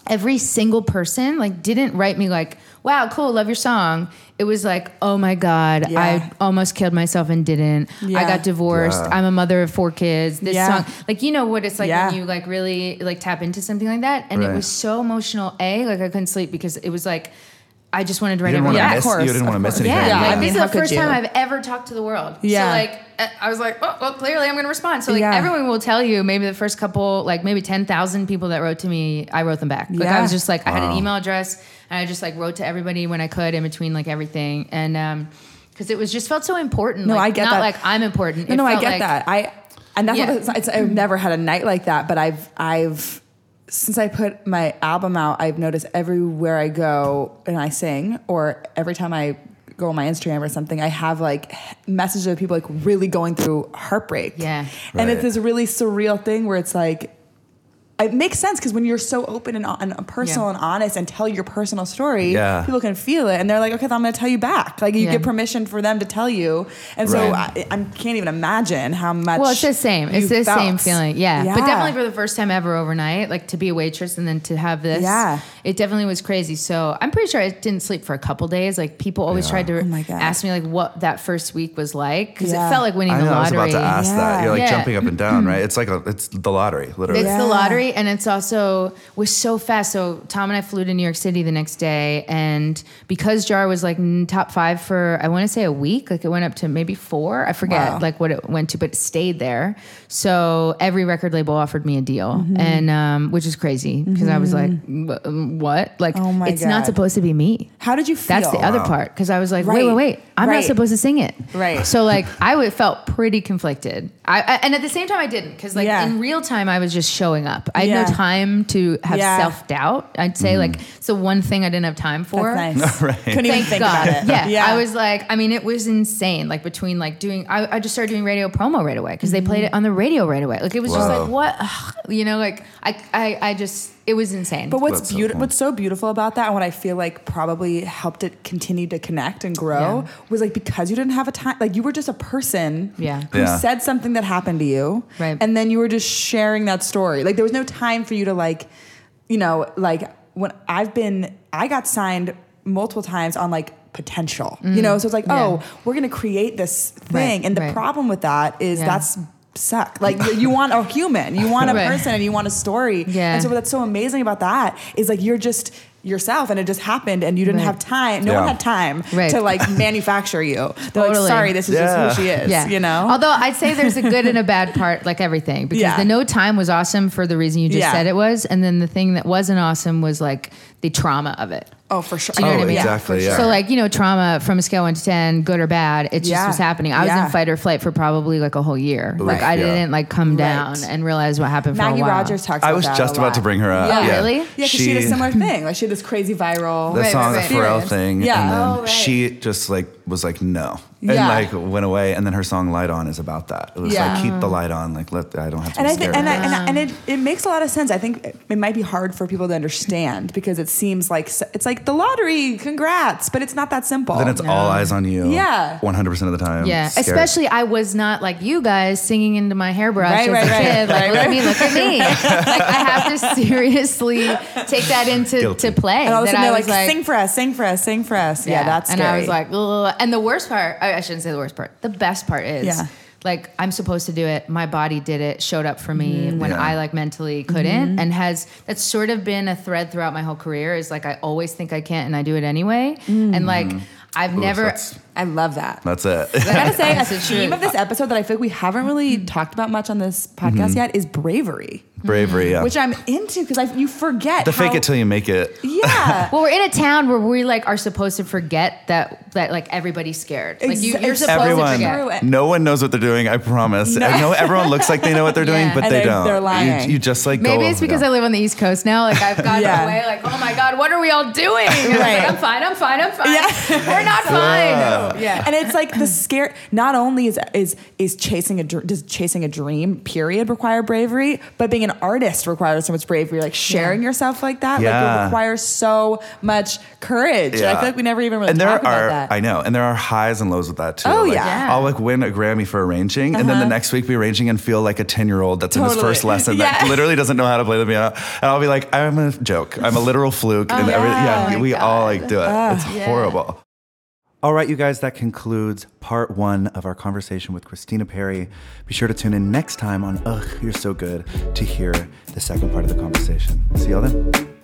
Speaker 4: every single person like didn't write me like, "Wow, cool, love your song." It was like, "Oh my god,
Speaker 5: Yeah.
Speaker 4: I almost killed myself and didn't.
Speaker 5: Yeah.
Speaker 4: I got divorced.
Speaker 2: Yeah.
Speaker 4: I'm a mother of four kids. This
Speaker 5: Yeah.
Speaker 4: song, like, you know what it's like
Speaker 5: Yeah.
Speaker 4: when you like really like tap into something like that." And
Speaker 2: Right.
Speaker 4: it was so emotional. A like I couldn't sleep because it was like. I just wanted to
Speaker 2: You
Speaker 4: write
Speaker 2: didn't
Speaker 4: everything.
Speaker 2: want
Speaker 5: Yeah,
Speaker 2: to
Speaker 5: of
Speaker 2: miss.
Speaker 5: course,
Speaker 2: You didn't want to
Speaker 5: of
Speaker 2: miss
Speaker 5: course.
Speaker 2: anything.
Speaker 4: Yeah,
Speaker 5: Yeah,
Speaker 4: like
Speaker 5: I mean,
Speaker 4: this
Speaker 5: how
Speaker 4: is the
Speaker 5: could
Speaker 4: first
Speaker 5: you?
Speaker 4: time I've ever talked to the world.
Speaker 5: Yeah.
Speaker 4: So like I- I was like, oh, well, clearly I'm going to respond. So like
Speaker 5: Yeah.
Speaker 4: everyone will tell you, maybe the first couple, like maybe ten thousand people that wrote to me, I wrote them back. Like
Speaker 5: Yeah.
Speaker 4: I was just like, I had
Speaker 2: Wow.
Speaker 4: an email address, and I just like wrote to everybody when I could in between like everything, and um, because it was just felt so important.
Speaker 5: No,
Speaker 4: like,
Speaker 5: I get
Speaker 4: not
Speaker 5: that.
Speaker 4: like I'm important.
Speaker 5: No,
Speaker 4: It
Speaker 5: no, I
Speaker 4: felt
Speaker 5: get
Speaker 4: like-
Speaker 5: that. I and that's
Speaker 4: Yeah.
Speaker 5: what it's, it's, I've never had a night like that, but I've I've since I put my album out, I've noticed everywhere I go and I sing, or every time I go on my Instagram or something, I have like messages of people like really going through heartbreak.
Speaker 4: Yeah.
Speaker 5: and it's
Speaker 2: Right.
Speaker 5: this really surreal thing where it's like. It makes sense because when you're so open and, and personal
Speaker 4: Yeah.
Speaker 5: and honest and tell your personal story,
Speaker 2: Yeah.
Speaker 5: people can feel it and they're like, okay, then I'm going to tell you back. Like you
Speaker 4: Yeah.
Speaker 5: give permission for them to tell you. And so
Speaker 2: Right.
Speaker 5: I, I can't even imagine how much.
Speaker 4: Well, it's the same. It's
Speaker 5: you
Speaker 4: the
Speaker 5: felt.
Speaker 4: same feeling. Yeah. But
Speaker 5: Yeah.
Speaker 4: definitely for the first time ever overnight, like to be a waitress and then to have this.
Speaker 5: Yeah.
Speaker 4: It definitely was crazy. So I'm pretty sure I didn't sleep for a couple days. Like people always
Speaker 2: Yeah.
Speaker 4: tried to
Speaker 5: Oh my God.
Speaker 4: ask me like what that first week was like because
Speaker 5: Yeah.
Speaker 4: it felt like winning
Speaker 2: I
Speaker 4: the
Speaker 2: know. I was
Speaker 4: lottery.
Speaker 2: about to ask that.
Speaker 5: Yeah.
Speaker 2: You're like
Speaker 4: Yeah.
Speaker 2: jumping up and down, right? It's like a, it's the lottery, literally.
Speaker 4: It's
Speaker 5: Yeah.
Speaker 4: the lottery, and it's also was so fast. So Tom and I flew to New York City the next day, and because Jar was like n- top five for I want to say a week, like it went up to maybe four. I forget
Speaker 5: Wow.
Speaker 4: like what it went to, but it stayed there. So every record label offered me a deal,
Speaker 5: Mm-hmm.
Speaker 4: and um, which is crazy because I was like, "Wh- um, what? Like
Speaker 5: Oh my
Speaker 4: it's
Speaker 5: God.
Speaker 4: not supposed to be me.
Speaker 5: How did you feel?
Speaker 4: That's the other part because I was like,
Speaker 5: Right.
Speaker 4: wait, wait, wait, I'm
Speaker 5: Right.
Speaker 4: not supposed to sing it.
Speaker 5: Right.
Speaker 4: So like, I would, felt pretty conflicted. I, I and at the same time, I didn't because like
Speaker 5: Yeah.
Speaker 4: in real time, I was just showing up. I had
Speaker 5: Yeah.
Speaker 4: no time to have
Speaker 5: Yeah.
Speaker 4: self doubt. I'd say like it's the one thing I didn't have time for.
Speaker 5: That's nice.
Speaker 2: Right.
Speaker 5: Couldn't even
Speaker 4: Thank
Speaker 5: think
Speaker 4: God.
Speaker 5: about it.
Speaker 4: Yeah. I was like, I mean, it was insane. Like between like doing, I, I just started doing radio promo right away because they played
Speaker 5: Mm-hmm.
Speaker 4: it on the radio right away. Like it was just
Speaker 2: Wow.
Speaker 4: like what, Ugh. you know, like I, I, I just it was insane.
Speaker 5: But what's
Speaker 2: That's so
Speaker 5: beautiful?
Speaker 2: cool.
Speaker 5: What's so beautiful about that, and what I feel like probably helped it continue to connect and grow,
Speaker 4: Yeah.
Speaker 5: was like because you didn't have a time, like you were just a person,
Speaker 4: Yeah.
Speaker 5: who
Speaker 2: Yeah.
Speaker 5: said something that happened to you,
Speaker 4: Right.
Speaker 5: And then you were just sharing that story. Like there was no time for you to like, you know, like when I've been, I got signed multiple times on like potential, you know. So it's like,
Speaker 4: Mm. Yeah.
Speaker 5: oh, we're gonna create this thing,
Speaker 4: Right,
Speaker 5: and the
Speaker 4: right.
Speaker 5: problem with that is
Speaker 4: Yeah.
Speaker 5: that's suck like you- you want a human you want a
Speaker 4: Right.
Speaker 5: person and you want a story
Speaker 4: Yeah.
Speaker 5: and so that's so amazing about that is like you're just yourself and it just happened and you didn't
Speaker 4: Right.
Speaker 5: have time. No
Speaker 2: Yeah.
Speaker 5: one had time
Speaker 4: Right.
Speaker 5: to like manufacture you. They're like,
Speaker 4: Totally.
Speaker 5: sorry, this is
Speaker 2: Yeah.
Speaker 5: just who she is. You know?
Speaker 4: Although I'd say there's a good and a bad part, like everything, because
Speaker 5: Yeah.
Speaker 4: the no time was awesome for the reason you just
Speaker 5: Yeah.
Speaker 4: said it was, and then the thing that wasn't awesome was like the trauma of it.
Speaker 5: oh, for sure.
Speaker 4: Do you know
Speaker 2: Oh,
Speaker 4: what I mean?
Speaker 2: exactly. Yeah.
Speaker 4: So like you know, trauma from a scale one to ten, good or bad, it just
Speaker 5: Yeah.
Speaker 4: was happening. I was
Speaker 5: Yeah.
Speaker 4: in fight or flight for probably like a whole year. Like
Speaker 2: Right.
Speaker 4: I
Speaker 2: Yeah.
Speaker 4: didn't like come
Speaker 5: Right.
Speaker 4: down and realize what happened. for
Speaker 5: Maggie
Speaker 4: a while.
Speaker 5: Rogers talks about
Speaker 2: I was
Speaker 5: that
Speaker 2: just
Speaker 5: a
Speaker 2: about
Speaker 5: lot.
Speaker 2: to bring her up.
Speaker 4: Oh,
Speaker 2: yeah.
Speaker 4: really? Yeah,
Speaker 5: Yeah, because she, did a similar thing. Like she had this crazy viral.
Speaker 2: the
Speaker 4: Right,
Speaker 2: song,
Speaker 4: right,
Speaker 2: the
Speaker 4: right.
Speaker 2: Pharrell thing.
Speaker 5: Yeah.
Speaker 2: And then
Speaker 4: Oh, right.
Speaker 2: she just like was like, no. And
Speaker 5: Yeah.
Speaker 2: like went away. And then her song Light On is about that. It was
Speaker 5: Yeah.
Speaker 2: like, keep the light on. Like, let, I don't have to
Speaker 5: and
Speaker 2: be
Speaker 5: I think,
Speaker 2: scared.
Speaker 5: and, I, and, I-
Speaker 4: um,
Speaker 5: and it, it makes a lot of sense. I think it, it might be hard for people to understand because it seems like s- it's like the lottery, congrats, but it's not that simple.
Speaker 2: then it's all eyes on you.
Speaker 5: Yeah.
Speaker 2: 100% of the time.
Speaker 4: Yeah,
Speaker 2: Scared.
Speaker 4: especially I was not like you guys singing into my hairbrush
Speaker 5: Right,
Speaker 4: as
Speaker 5: right,
Speaker 4: a
Speaker 5: right.
Speaker 4: kid. Like,
Speaker 5: Right,
Speaker 4: look
Speaker 5: right.
Speaker 4: at me, look at me. like, I have to seriously take that into
Speaker 2: Guilty.
Speaker 4: to play.
Speaker 5: and all of
Speaker 4: that
Speaker 5: a sudden
Speaker 4: I
Speaker 5: they're
Speaker 4: was
Speaker 5: like, sing for us, sing for us, sing for us. Yeah, that's
Speaker 4: and
Speaker 5: scary.
Speaker 4: I was like, Ugh. and the worst part. I I shouldn't say the worst part. The best part is.
Speaker 5: Yeah.
Speaker 4: Like I'm supposed to do it. My body did it. Showed up for me
Speaker 5: Mm-hmm.
Speaker 4: when
Speaker 2: Yeah.
Speaker 4: I like mentally couldn't, and has that's sort of been a thread throughout my whole career. Is like I always think I can't, and I do it anyway.
Speaker 5: Mm.
Speaker 4: And like I've
Speaker 2: Oof,
Speaker 4: never.
Speaker 2: Mm-hmm. That's,
Speaker 5: I love that.
Speaker 2: that's it.
Speaker 5: I gotta say, a
Speaker 4: That's the
Speaker 5: theme
Speaker 4: truth. Mm-hmm.
Speaker 5: of this episode that I feel like we haven't really talked about much on this podcast yet is bravery.
Speaker 2: bravery. Mm-hmm. Yeah.
Speaker 5: which I'm into because I you forget
Speaker 2: the fake
Speaker 5: how-
Speaker 2: it till you make it.
Speaker 5: yeah.
Speaker 4: Well, we're in a town where we like are supposed to forget that that like everybody's scared. Like you,
Speaker 5: Exa-
Speaker 4: you're supposed to
Speaker 2: Everyone,
Speaker 4: forget.
Speaker 5: Screw it.
Speaker 2: no one knows what they're doing. I promise. I know everyone looks like they know what they're doing,
Speaker 4: Yeah.
Speaker 2: but
Speaker 4: And
Speaker 2: they
Speaker 5: they're-
Speaker 2: don't.
Speaker 5: they're
Speaker 2: You-
Speaker 5: lying.
Speaker 2: You, just like
Speaker 4: Maybe
Speaker 2: go-
Speaker 4: it's because I live on the East Coast now. Like I've gotten
Speaker 5: Yeah.
Speaker 4: away. Like oh my god, what are we all doing? And I was
Speaker 5: Right.
Speaker 4: like, I'm fine. I'm fine. I'm fine. We're not fine.
Speaker 2: Yeah.
Speaker 5: Yeah. And it's like the scare not only is is is chasing a dr- does chasing a dream period require bravery, but being an artist requires so much bravery. Like sharing yourself like that, like
Speaker 2: Yeah.
Speaker 5: it requires so much courage. I
Speaker 2: Yeah.
Speaker 5: feel like we never even really
Speaker 2: and there
Speaker 5: talk
Speaker 2: are
Speaker 5: about that.
Speaker 2: I know, and there are highs and lows with that too.
Speaker 5: Oh,
Speaker 2: Like,
Speaker 5: yeah. Uh-huh.
Speaker 4: Yeah.
Speaker 2: I'll like win a Grammy for arranging, and then the next week be arranging and feel like a ten year old that's in his
Speaker 5: Totally.
Speaker 2: first lesson that
Speaker 5: Yeah.
Speaker 2: literally doesn't know how to play the piano, and I'll be like, I'm a joke, I'm a literal fluke, and every,
Speaker 4: Oh
Speaker 2: yeah,
Speaker 4: my
Speaker 2: we all
Speaker 4: God.
Speaker 2: like do it. it's
Speaker 4: Yeah.
Speaker 2: horrible. All right, you guys, that concludes part one of our conversation with Christina Perry. Be sure to tune in next time on Ugh, You're So Good to hear the second part of the conversation. See y'all then.